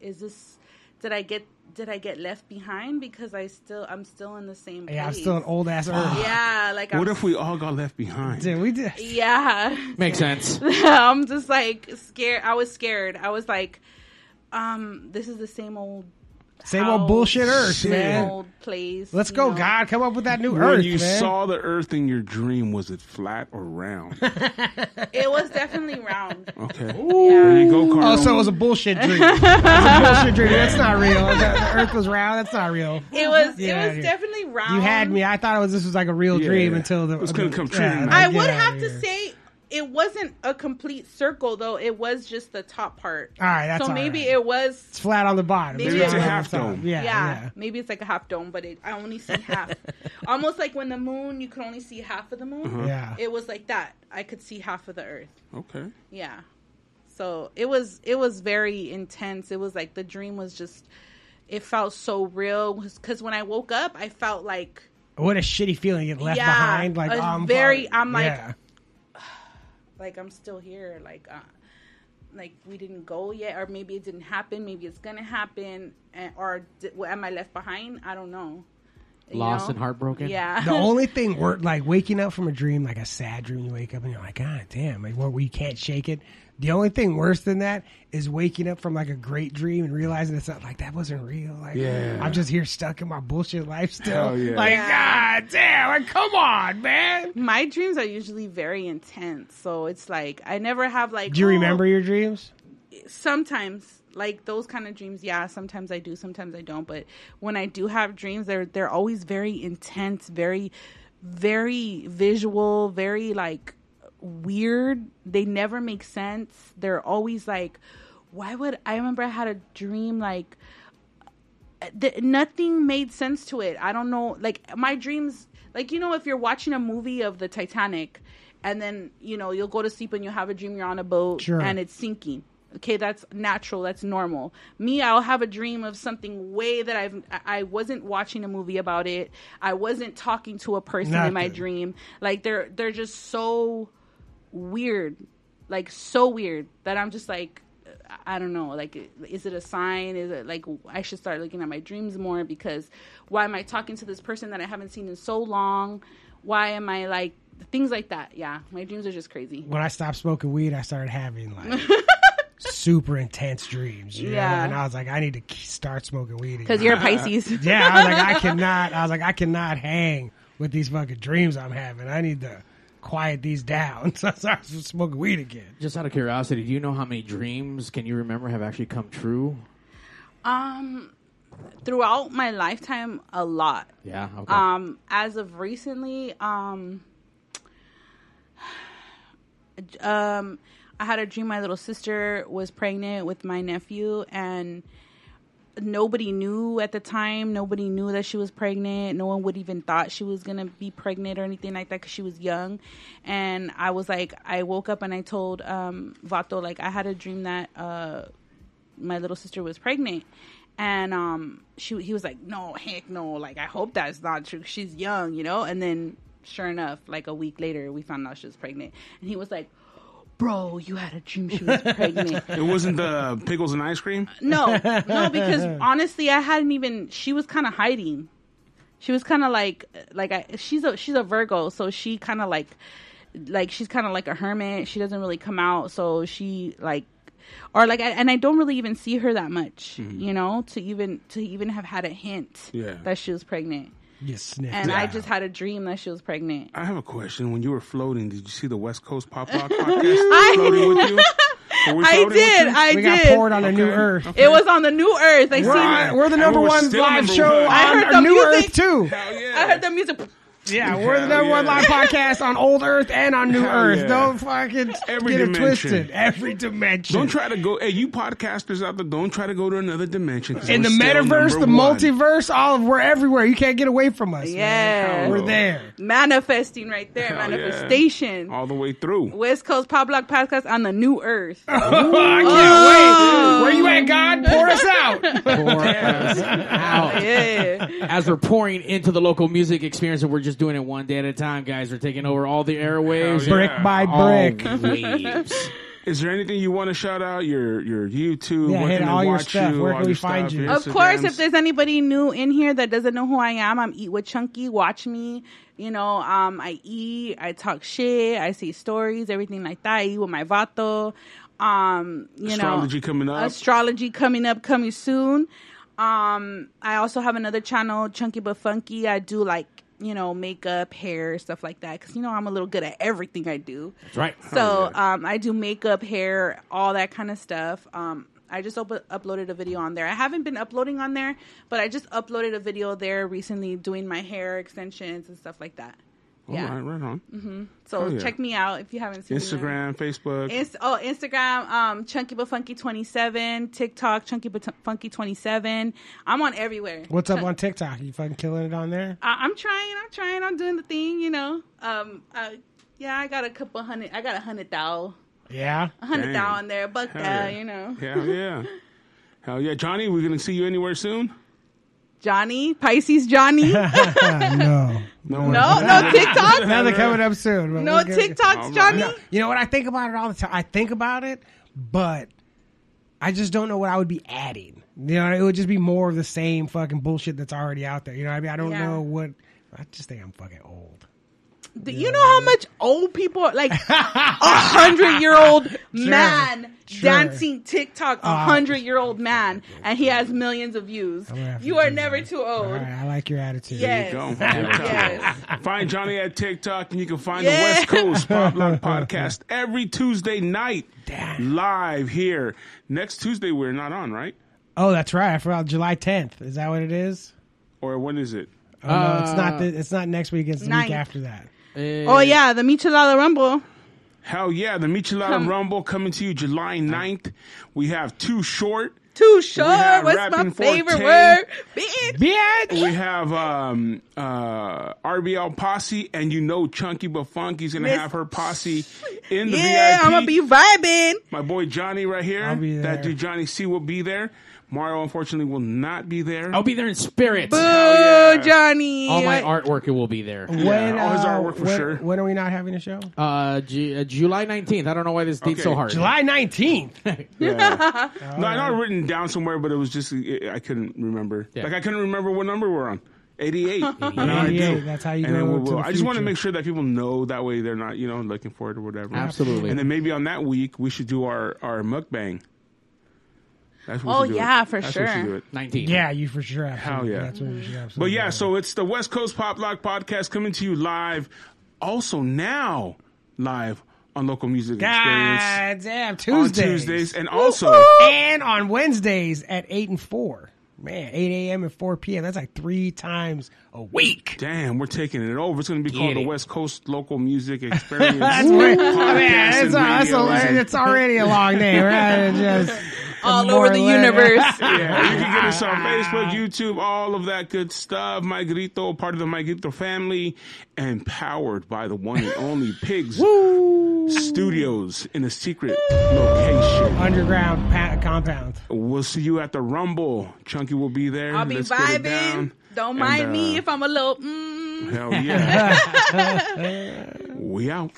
is this? Did I get? Did I get left behind because I still I'm still in the same place? yeah, I'm still an old ass earth. Yeah, like What I'm, if we all got left behind? Dude, we did. yeah. Makes sense. I'm just like scared. I was scared. I was like, um, this is the same old Same house, old bullshit earth, same man. Old place. Let's you go, know. God. Come up with that new When earth, you man. saw the earth in your dream, was it flat or round? It was definitely round. Okay. Yeah. There you go, Carl. Oh, so it was a bullshit dream. That's a bullshit dream. That's not real. The, the Earth was round. That's not real. It was. Get outta it here. was definitely round. You had me. I thought it was this was like a real Yeah. dream until the. It was gonna come true tonight. I get would outta have to here. say it wasn't a complete circle though. It was just the top part. All right, that's so all maybe right. it was. it's flat on the bottom. Maybe round it's a on the half top. dome. Yeah, Yeah, yeah. maybe it's like a half dome, but it, I only see half. Almost like when the moon, you could only see half of the moon. Uh-huh. Yeah. It was like that. I could see half of the earth. okay. Yeah. So it was it was very intense. It was like the dream was just it felt so real because when I woke up, I felt like What a shitty feeling you left Yeah, behind. Like I was I'm very- part- I'm like- yeah. like I'm still here, like uh, like we didn't go yet, or maybe it didn't happen, maybe it's gonna happen, and, or di- well, am I left behind? I don't know. You Lost know? and heartbroken? Yeah. the only thing wor like waking up from a dream, like a sad dream, you wake up and you're like, God damn, like what you can't shake it. The only thing worse than that is waking up from like a great dream and realizing it's not like that wasn't real. Like Yeah. I'm just here stuck in my bullshit life still. Hell yeah. Like Yeah. God damn, like come on, man. my dreams are usually very intense, so it's like I never have like. Do you oh, remember your dreams? sometimes like those kind of dreams yeah sometimes i do sometimes i don't but when i do have dreams they're they're always very intense very very visual very like weird they never make sense they're always like why would i remember i had a dream like th- nothing made sense to it. I don't know. Like my dreams, like you know, if you're watching a movie of the Titanic, and then you know you'll go to sleep and you'll have a dream you're on a boat Sure. and it's sinking. Okay, that's natural. That's normal. Me, I'll have a dream of something way that I've I- I wasn't watching a movie about it. I wasn't talking to a person in my Nothing. dream. Like they're they're just so weird, like so weird that I'm just like, I don't know. Like, is it a sign? Is it like I should start looking at my dreams more? Because why am I talking to this person that I haven't seen in so long? Why am I like things like that? Yeah, my dreams are just crazy. when I stopped smoking weed, I started having like super intense dreams. you know? Yeah. and I was like, I need to k- start smoking weed again. Because you're a Pisces. yeah, I was like, I cannot. I was like, I cannot hang with these fucking dreams I'm having. I need to quiet these down. So I started smoking weed again. Just out of curiosity, do you know how many dreams can you remember have actually come true? Um, throughout my lifetime, a lot. Yeah. Okay. Um, as of recently, um, um, I had a dream my little sister was pregnant with my nephew, and nobody knew at the time. Nobody knew that she was pregnant. No one would even thought she was gonna be pregnant or anything like that because she was young. And I was like, I woke up and I told um, Vato like I had a dream that uh, my little sister was pregnant. And um, she he was like, no, heck, no. Like I hope that's not true. She's young, you know. And then sure enough, like a week later, we found out she was pregnant. And he was like. Bro, you had a dream she was pregnant. It wasn't the pickles and ice cream? No, no, because honestly, I hadn't even. She was kind of hiding. She was kind of like, like I. She's a she's a Virgo, so she kind of like, like she's kind of like a hermit. She doesn't really come out, so she like, or like, I, and I don't really even see her that much, Mm-hmm. you know, to even to even have had a hint Yeah. that she was pregnant. You sniffed. And it I out. just had a dream that she was pregnant. I have a question. When you were floating, did you see the West Coast Pop Rock podcast floating with you? Were we I floating with did, you? I we got did. poured on a new Okay. earth. it was on the New Earth. I We're, seen- on- we're the And number we were one still live number show one. on I heard a the new music. earth too. Hell yeah. I heard the music. Yeah, we're the Hell number one yeah. live podcast on old Earth and on New Hell Earth. yeah. Don't fucking Every get it dimension. twisted. Every dimension. Don't try to go. Hey, you podcasters out there, don't try to go to another dimension. 'cause In we're the still metaverse, number the one. multiverse, all of we're everywhere. You can't get away from us. man. Yeah. we're there. Manifesting right there. Hell yeah. Manifestation. all the way through. West Coast Pop Block Podcast on the new earth. I can't wait. Where you at, God? Pour us out. Pour us out. yeah. As we're pouring into the local music experience, and we're just doing it one day at a time, guys. We're taking over all the airwaves. Hell yeah. brick by brick. Always. Is there anything you want to shout out? Your your YouTube, Yeah, where hit can they all your watch stuff. you, Where all can your we find stuff, you? your Of course, Instagrams? if there's anybody new in here that doesn't know who I am, I'm Eat with Chunky. Watch me. You know, um, I eat, I talk shit, I say stories, everything like that. I eat with my vato. Um, you Astrology know, coming up. Astrology coming up, coming soon. Um, I also have another channel, Chunky But Funky. I do like, you know, makeup, hair, stuff like that. Cause you know, I'm a little good at everything I do. That's right. So um, I do makeup, hair, all that kind of stuff. Um, I just op- uploaded a video on there. I haven't been uploading on there, but I just uploaded a video there recently doing my hair extensions and stuff like that. All yeah. Mm-hmm. right, right on. So Oh, yeah. check me out if you haven't seen me yet. Instagram, Facebook. Inst- oh, Instagram, um, Chunky But Funky 27, TikTok, Chunky But Funky 27. I'm on everywhere. What's up on TikTok? You fucking killing it on there? I- I'm trying, I'm trying, I'm doing the thing, you know. Um, uh, yeah, I got a couple hundred, I got a hundred thou, Yeah. a hundred thou Dang. on there, buck thou, Hell yeah. you know. Hell yeah. Hell yeah. Johnny, we're going to see you anywhere soon? Johnny, Pisces Johnny. No, no. No, no TikTok. Another coming up soon. but No we'll get- TikToks, Johnny. You know what? I think about it all the time. I think about it, but I just don't know what I would be adding. You know, it would just be more of the same fucking bullshit that's already out there. You know what I mean? I don't Yeah. know what. I just think I'm fucking old. Do you know how much old people are like a hundred year old man Sure. Uh, dancing TikTok, a hundred year old man, and he has millions of views. I'm gonna have to You are do never that. too All old. right, I like your attitude. Yes. Go. Yes. Find Johnny at TikTok, and you can find the Yeah. West Coast Pop Lock Podcast every Tuesday night Damn. live here. Next Tuesday, we're not on, right? Oh, that's right. I forgot. July 10th. Is that what it is? Or when is it? Oh, no, it's Uh, not. The, it's not next week. It's the Ninth. week after that. Oh yeah, the Michelada Rumble. Hell yeah, the Michelada Come- Rumble coming to you July 9th. We have Too Short. Too We short. have What's my rapping forte. favorite word? Bitch. Bitch. We have um, uh, RBL Posse, and you know Chunky But Funky's going to Miss- have her posse in the Yeah, VIP. I'm gonna be vibing. My boy Johnny right here. I'll be That there. dude Johnny C will be there. Mario unfortunately will not be Oh, there. I'll be there in spirit. Boo, Hell yeah. Johnny. All my Like- artwork will be there. When, all his uh, artwork for when- sure. When are we not having a show? Uh, Ju- uh, July 19th. I don't know why this date's Okay, so hard. July 19th. Yeah. no, I know I written down somewhere, but it was just I I couldn't remember. Yeah. Like I couldn't remember what number we're on. 88. Now I 88, do. that's how you and go then to the I just want to future. make sure that people know that way they're not, you know, looking for it or whatever. Absolutely. And then maybe on that week we should do our our mukbang. That's what Oh, we should do yeah, it. for That's what we should sure. do it. 19th. Yeah, you for sure. Absolutely. Hell yeah. That's what you should But absolutely yeah, do. so it's the West Coast Pop Lock podcast coming to you live, also now live on local music experience God damn, Tuesdays. on Tuesdays, and also And on Wednesdays at 8 and 4. Man, 8 a.m. and 4 p.m. That's like three times a week. damn, we're taking it over. It's going to be called Get the it. West Coast Local Music Experience. That's right. Oh, Podcast Man, and it's, a, that's a- radios and- it's already a long day, right? Just all more over the letter. universe. Yeah, you can get us on Facebook, YouTube, all of that good stuff. My Grito, part of the My Grito family, and powered by the one and only Pigs Studios in a secret location. Underground pa- compound. We'll see you at the Rumble. Chunky will be there. I'll be Let's get it vibing. down. Don't And, mind me uh, if I'm a little. Mm. Hell yeah. we out.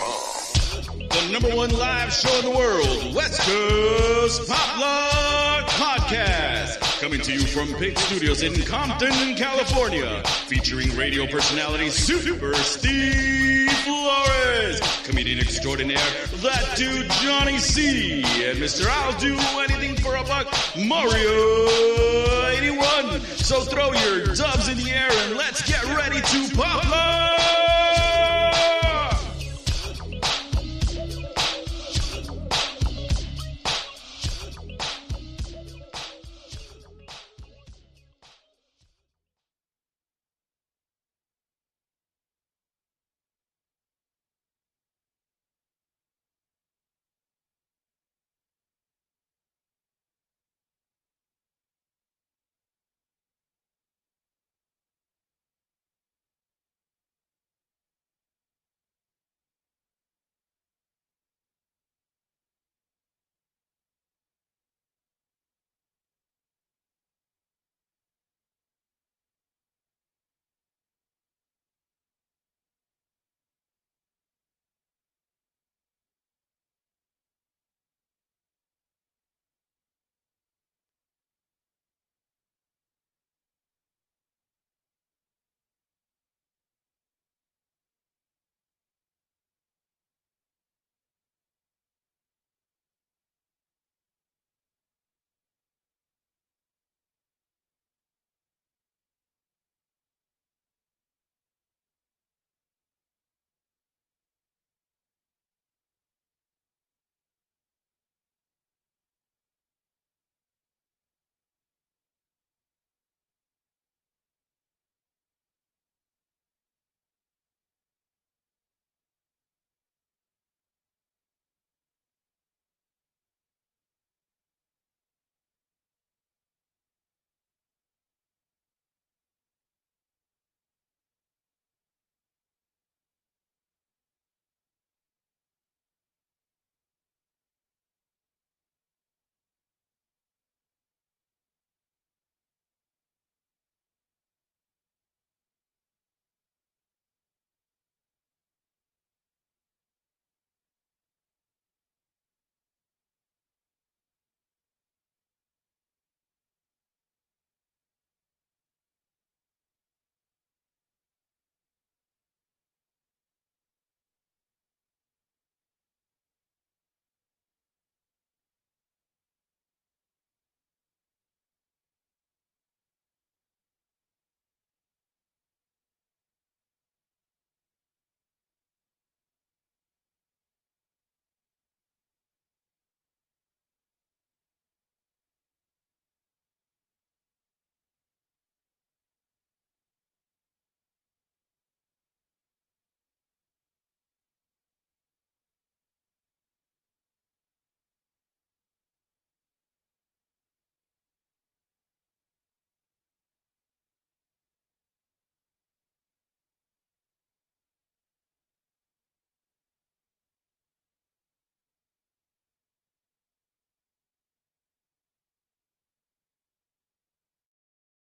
The number one live show in the world, West Coast Pop Lock Podcast. Coming to you from Pig Studios in Compton, California. Featuring radio personality Super Steve Flores. Comedian extraordinaire, that dude Johnny C. And Mr. I'll do anything for a buck, Mario 81. So throw your dubs